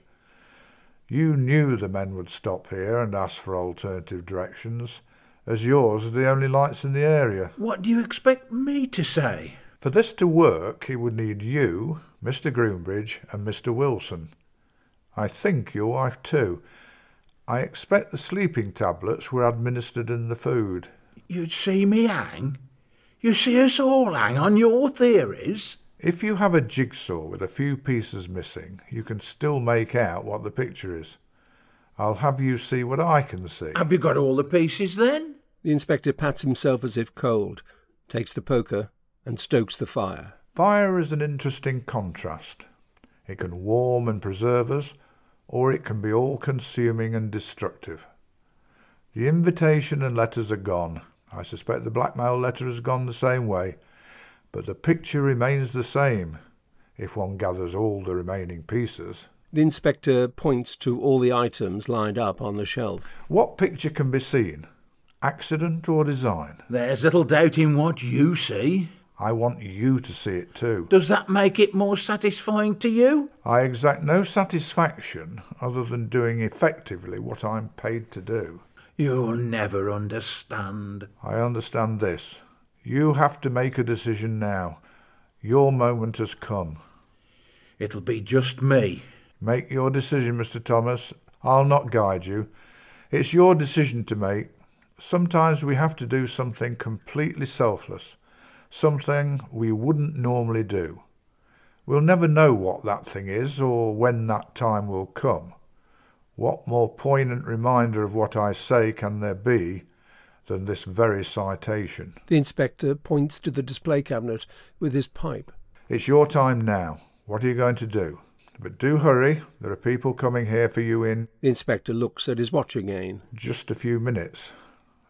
Speaker 10: You knew the men would stop here and ask for alternative directions, as yours are the only lights in the area.
Speaker 4: What do you expect me to say?
Speaker 10: For this to work, he would need you, Mr. Groombridge, and Mr. Wilson. I think your wife too. I expect the sleeping tablets were administered in the food.
Speaker 4: You'd see me hang? You see us all hang on your theories?
Speaker 10: If you have a jigsaw with a few pieces missing, you can still make out what the picture is. I'll have you see what I can see.
Speaker 4: Have you got all the pieces then?
Speaker 11: The inspector pats himself as if cold, takes the poker, and stokes the fire.
Speaker 10: Fire is an interesting contrast. It can warm and preserve us, or it can be all consuming and destructive. The invitation and letters are gone. I suspect the blackmail letter has gone the same way. But the picture remains the same, if one gathers all the remaining pieces.
Speaker 11: The inspector points to all the items lined up on the shelf.
Speaker 10: What picture can be seen? Accident or design?
Speaker 4: There's little doubt in what you see.
Speaker 10: I want you to see it too.
Speaker 4: Does that make it more satisfying to you?
Speaker 10: I exact no satisfaction other than doing effectively what I'm paid to do.
Speaker 4: You'll never understand.
Speaker 10: I understand this. You have to make a decision now. Your moment has come.
Speaker 4: It'll be just me.
Speaker 10: Make your decision, Mr. Thomas. I'll not guide you. It's your decision to make. Sometimes we have to do something completely selfless, something we wouldn't normally do. We'll never know what that thing is or when that time will come. What more poignant reminder of what I say can there be than this very citation.
Speaker 11: The inspector points to the display cabinet with his pipe.
Speaker 10: It's your time now. What are you going to do? But do hurry. There are people coming here for you in
Speaker 11: The inspector looks at his watch again.
Speaker 10: just a few minutes.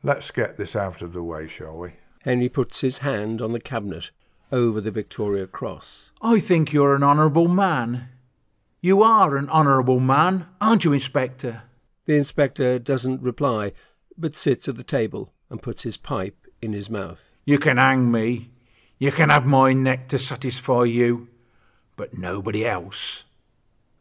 Speaker 10: Let's get this out of the way, shall we?
Speaker 11: Henry puts his hand on the cabinet over the Victoria Cross.
Speaker 4: I think you're an honourable man. You are an honourable man, aren't you, Inspector?
Speaker 11: The inspector doesn't reply, but sits at the table and puts his pipe in his mouth.
Speaker 4: You can hang me. You can have my neck to satisfy you, but nobody else.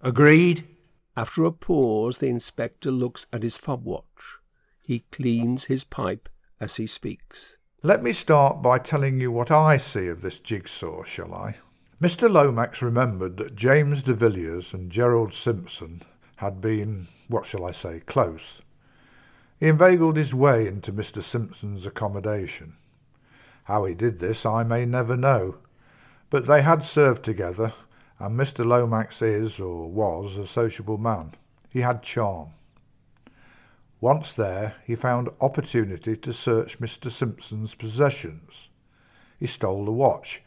Speaker 4: Agreed?
Speaker 11: After a pause, the inspector looks at his fob watch. He cleans his pipe as he speaks.
Speaker 10: Let me start by telling you what I see of this jigsaw, shall I? Mr. Lomax remembered that James de Villiers and Gerald Simpson had been, what shall I say, close. He inveigled his way into Mr. Simpson's accommodation. How he did this I may never know, but they had served together, and Mr. Lomax is, or was, a sociable man. He had charm. Once there, he found opportunity to search Mr. Simpson's possessions. He stole the watch,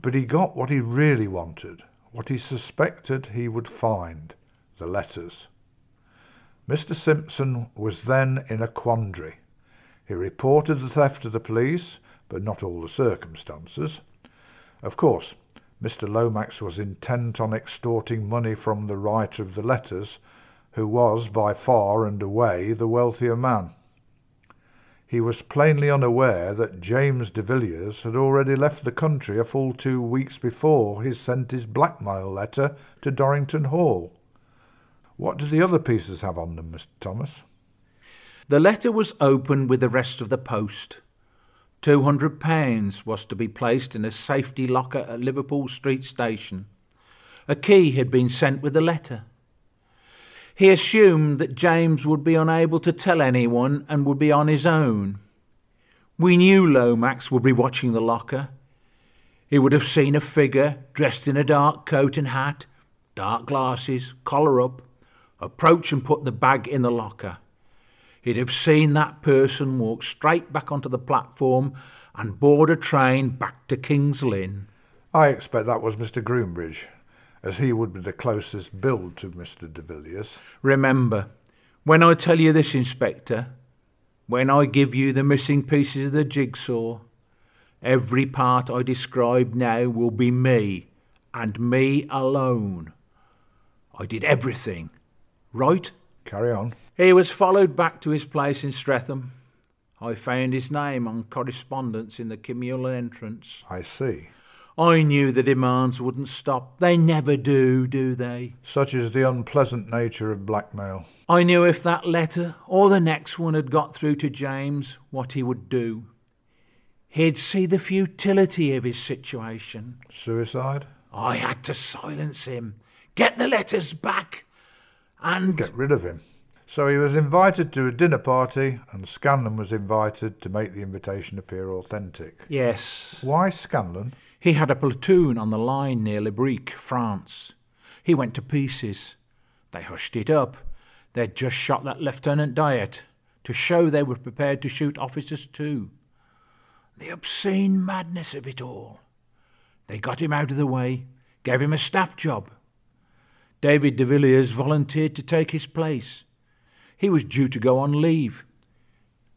Speaker 10: but he got what he really wanted, what he suspected he would find the letters. Mr. Simpson was then in a quandary. He reported the theft to the police, but not all the circumstances. Of course, Mr. Lomax was intent on extorting money from the writer of the letters, who was by far and away the wealthier man. He was plainly unaware that James de Villiers had already left the country a full two weeks before he sent his blackmail letter to Dorrington Hall. What do the other pieces have on them, Mr. Thomas?
Speaker 4: The letter was open with the rest of the post. Two hundred pounds was to be placed in a safety locker at Liverpool Street Station. A key had been sent with the letter. He assumed that James would be unable to tell anyone and would be on his own. We knew Lomax would be watching the locker. He would have seen a figure dressed in a dark coat and hat, dark glasses, collar up, approach and put the bag in the locker. He'd have seen that person walk straight back onto the platform and board a train back to King's Lynn.
Speaker 10: I expect that was Mr. Groombridge, as he would be the closest build to Mr. de Villiers.
Speaker 4: Remember, when I tell you this, Inspector, when I give you the missing pieces of the jigsaw, every part I describe now will be me, and me alone. I did everything, right?
Speaker 10: Carry on.
Speaker 4: He was followed back to his place in Streatham. I found his name on correspondence in the communal entrance.
Speaker 10: I see.
Speaker 4: I knew the demands wouldn't stop. They never do, do they?
Speaker 10: Such is the unpleasant nature of blackmail.
Speaker 4: I knew if that letter or the next one had got through to James, what he would do. He'd see the futility of his situation.
Speaker 10: Suicide?
Speaker 4: I had to silence him, get the letters back, and
Speaker 10: Get rid of him. So he was invited to a dinner party, and Scanlon was invited to make the invitation appear authentic.
Speaker 4: yes,
Speaker 10: Why Scanlon?
Speaker 4: he had a platoon on the line near Le Brique, France. He went to pieces. They hushed it up. They'd just shot that Lieutenant Diet to show they were prepared to shoot officers too. The obscene madness of it all. They got him out of the way, gave him a staff job. David de Villiers volunteered to take his place. He was due to go on leave.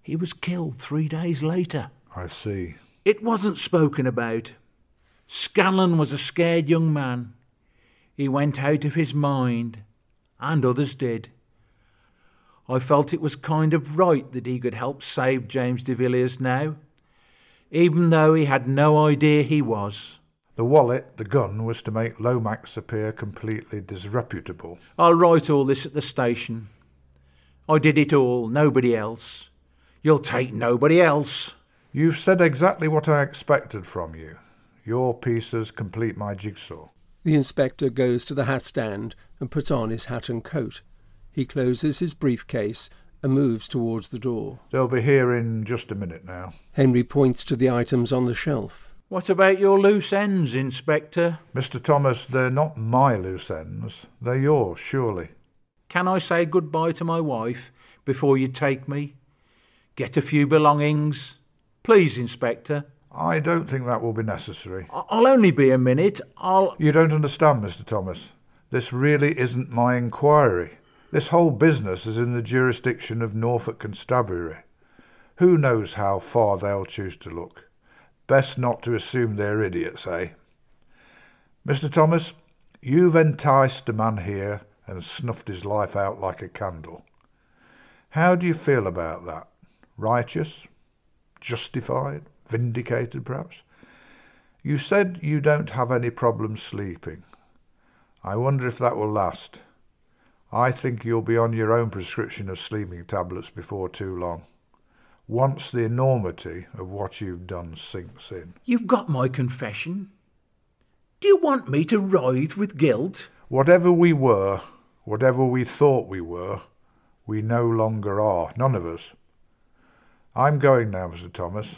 Speaker 4: He was killed three days later.
Speaker 10: I see.
Speaker 4: It wasn't spoken about. Scanlon was a scared young man. He went out of his mind, and others did. I felt it was kind of right that he could help save James de Villiers now, even though he had no idea he was.
Speaker 10: The wallet, the gun, was to make Lomax appear completely disreputable.
Speaker 4: I'll write all this at the station. I did it all, nobody else. You'll take nobody else.
Speaker 10: You've said exactly what I expected from you. Your pieces complete my jigsaw.
Speaker 11: The inspector goes to the hat stand and puts on his hat and coat. He closes his briefcase and moves towards the door.
Speaker 10: They'll be here in just a minute now.
Speaker 11: Henry points to the items on the shelf.
Speaker 4: What about your loose ends, Inspector?
Speaker 10: Mr. Thomas, they're not my loose ends. They're yours, surely.
Speaker 4: Can I say goodbye to my wife before you take me? Get a few belongings. Please, Inspector.
Speaker 10: I don't think that will be necessary.
Speaker 4: I'll only be a minute. I'll.
Speaker 10: You don't understand, Mr. Thomas. This really isn't my inquiry. This whole business is in the jurisdiction of Norfolk Constabulary. Who knows how far they'll choose to look? Best not to assume they're idiots, eh? Mr. Thomas, you've enticed a man here and snuffed his life out like a candle. How do you feel about that? Righteous? Justified? Vindicated, perhaps? You said you don't have any problem sleeping. I wonder if that will last. I think you'll be on your own prescription of sleeping tablets before too long. Once the enormity of what you've done sinks in.
Speaker 4: You've got my confession. Do you want me to writhe with guilt?
Speaker 10: Whatever we were, whatever we thought we were, we no longer are, none of us. I'm going now, Mr. Thomas.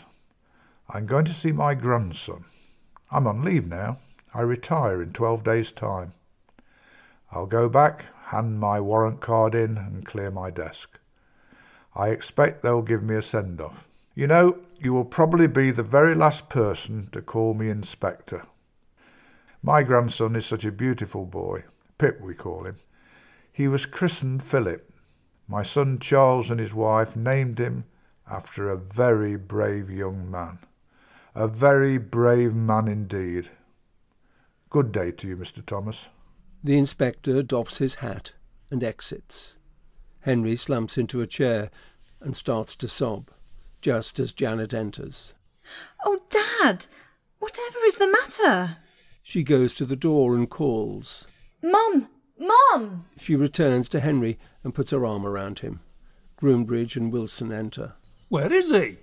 Speaker 10: I'm going to see my grandson. I'm on leave now. I retire in 12 days' time. I'll go back, hand my warrant card in, and clear my desk. I expect they'll give me a send off. You know, you will probably be the very last person to call me inspector. My grandson is such a beautiful boy. Pip, we call him. He was christened Philip. My son Charles and his wife named him after a very brave young man. A very brave man indeed. Good day to you, Mr. Thomas.
Speaker 11: The inspector doffs his hat and exits. Henry slumps into a chair and starts to sob, just as Janet enters.
Speaker 7: Oh, Dad! Whatever is the matter?
Speaker 11: She goes to the door and calls.
Speaker 7: Mum! Mum!
Speaker 11: She returns to Henry and puts her arm around him. Groombridge and Wilson enter.
Speaker 8: Where is he?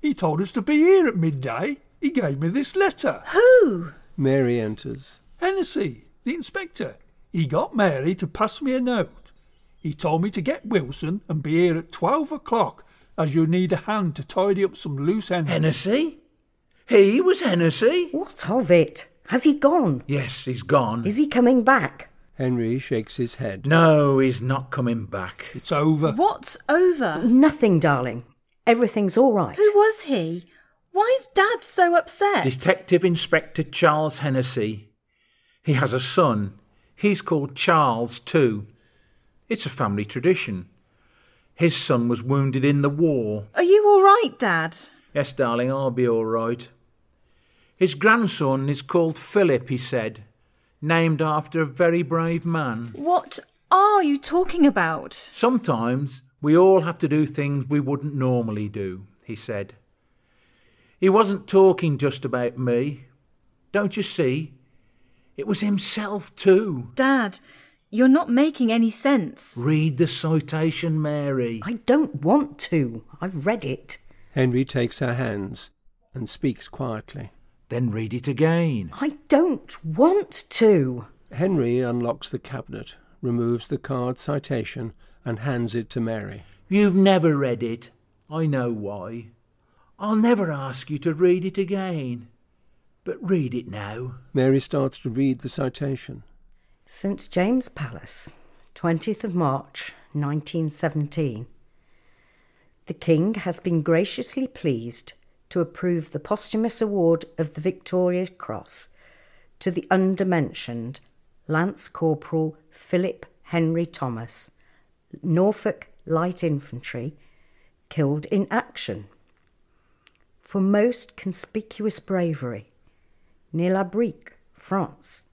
Speaker 8: He told us to be here at midday. He gave me this letter.
Speaker 7: Who?
Speaker 11: Mary enters.
Speaker 8: Hennessy, the inspector. He got Mary to pass me a note. He told me to get Wilson and be here at twelve o'clock, as you need a hand to tidy up some loose ends.
Speaker 4: Hennessy? He was Hennessy?
Speaker 6: What of it? Has he gone?
Speaker 4: Yes, he's gone.
Speaker 6: Is he coming back?
Speaker 11: Henry shakes his head.
Speaker 4: No, he's not coming back.
Speaker 8: It's over.
Speaker 7: What's over?
Speaker 6: Nothing, darling. Everything's all right.
Speaker 7: Who was he? Why is Dad so upset?
Speaker 4: Detective Inspector Charles Hennessy. He has a son. He's called Charles, too. It's a family tradition. His son was wounded in the war.
Speaker 7: Are you all right, Dad?
Speaker 4: Yes, darling, I'll be all right. His grandson is called Philip, he said, named after a very brave man.
Speaker 7: What are you talking about?
Speaker 4: Sometimes we all have to do things we wouldn't normally do, he said. He wasn't talking just about me. Don't you see? It was himself, too.
Speaker 7: Dad, you're not making any sense.
Speaker 4: Read the citation, Mary.
Speaker 6: I don't want to. I've read it.
Speaker 11: Henry takes her hands and speaks quietly.
Speaker 4: Then read it again.
Speaker 6: I don't want to.
Speaker 11: Henry unlocks the cabinet, removes the card citation, and hands it to Mary.
Speaker 4: You've never read it. I know why. I'll never ask you to read it again. But read it now.
Speaker 11: Mary starts to read the citation.
Speaker 6: St James Palace, 20th of March, 1917. The King has been graciously pleased to approve the posthumous award of the Victoria Cross to the undimensioned Lance Corporal Philip Henry Thomas, Norfolk Light Infantry, killed in action. For most conspicuous bravery, near La Brique, France.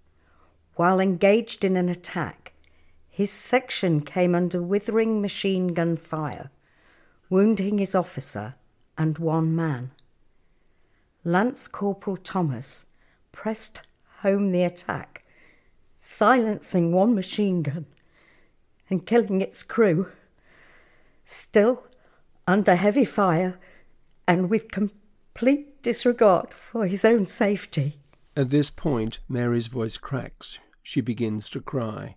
Speaker 6: While engaged in an attack, his section came under withering machine gun fire, wounding his officer and one man. Lance Corporal Thomas pressed home the attack, silencing one machine gun and killing its crew. Still, under heavy fire and with complete disregard for his own safety.
Speaker 11: At this point, Mary's voice cracks. She begins to cry.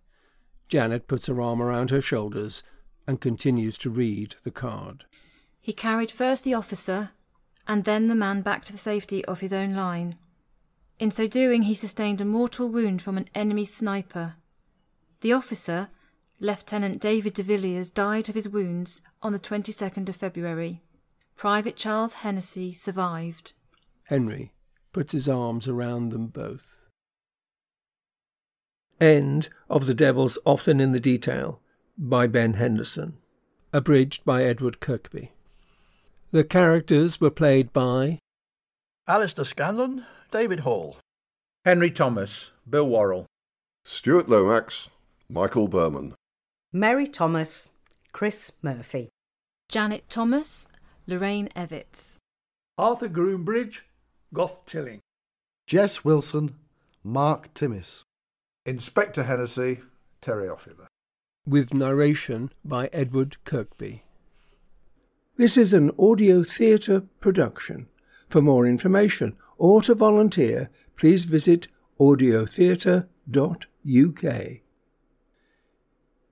Speaker 11: Janet puts her arm around her shoulders and continues to read the card.
Speaker 7: He carried first the officer, and then the man back to the safety of his own line. In so doing, he sustained a mortal wound from an enemy sniper. The officer, Lieutenant David de Villiers, died of his wounds on the 22nd of February. Private Charles Hennessy survived.
Speaker 1: Henry puts his arms around them both. End of The Devil's Often in the Detail by Ben Henderson. Abridged by Edward Kirkby. The characters were played by
Speaker 3: Alistair Scanlon, David Hall,
Speaker 12: Henry Thomas, Bill Worrell,
Speaker 5: Stuart Lomax, Michael Berman,
Speaker 6: Mary Thomas, Chris Murphy.
Speaker 7: Janet Thomas, Lorraine Evitts.
Speaker 8: Arthur Groombridge, Gough Tilling.
Speaker 9: Jess Wilson, Mark Timmis.
Speaker 10: Inspector Hennessy, Terry Offula.
Speaker 1: with narration by Edward Kirkby. This is an audio theatre production. For more information or to volunteer, please visit audiotheatre.uk.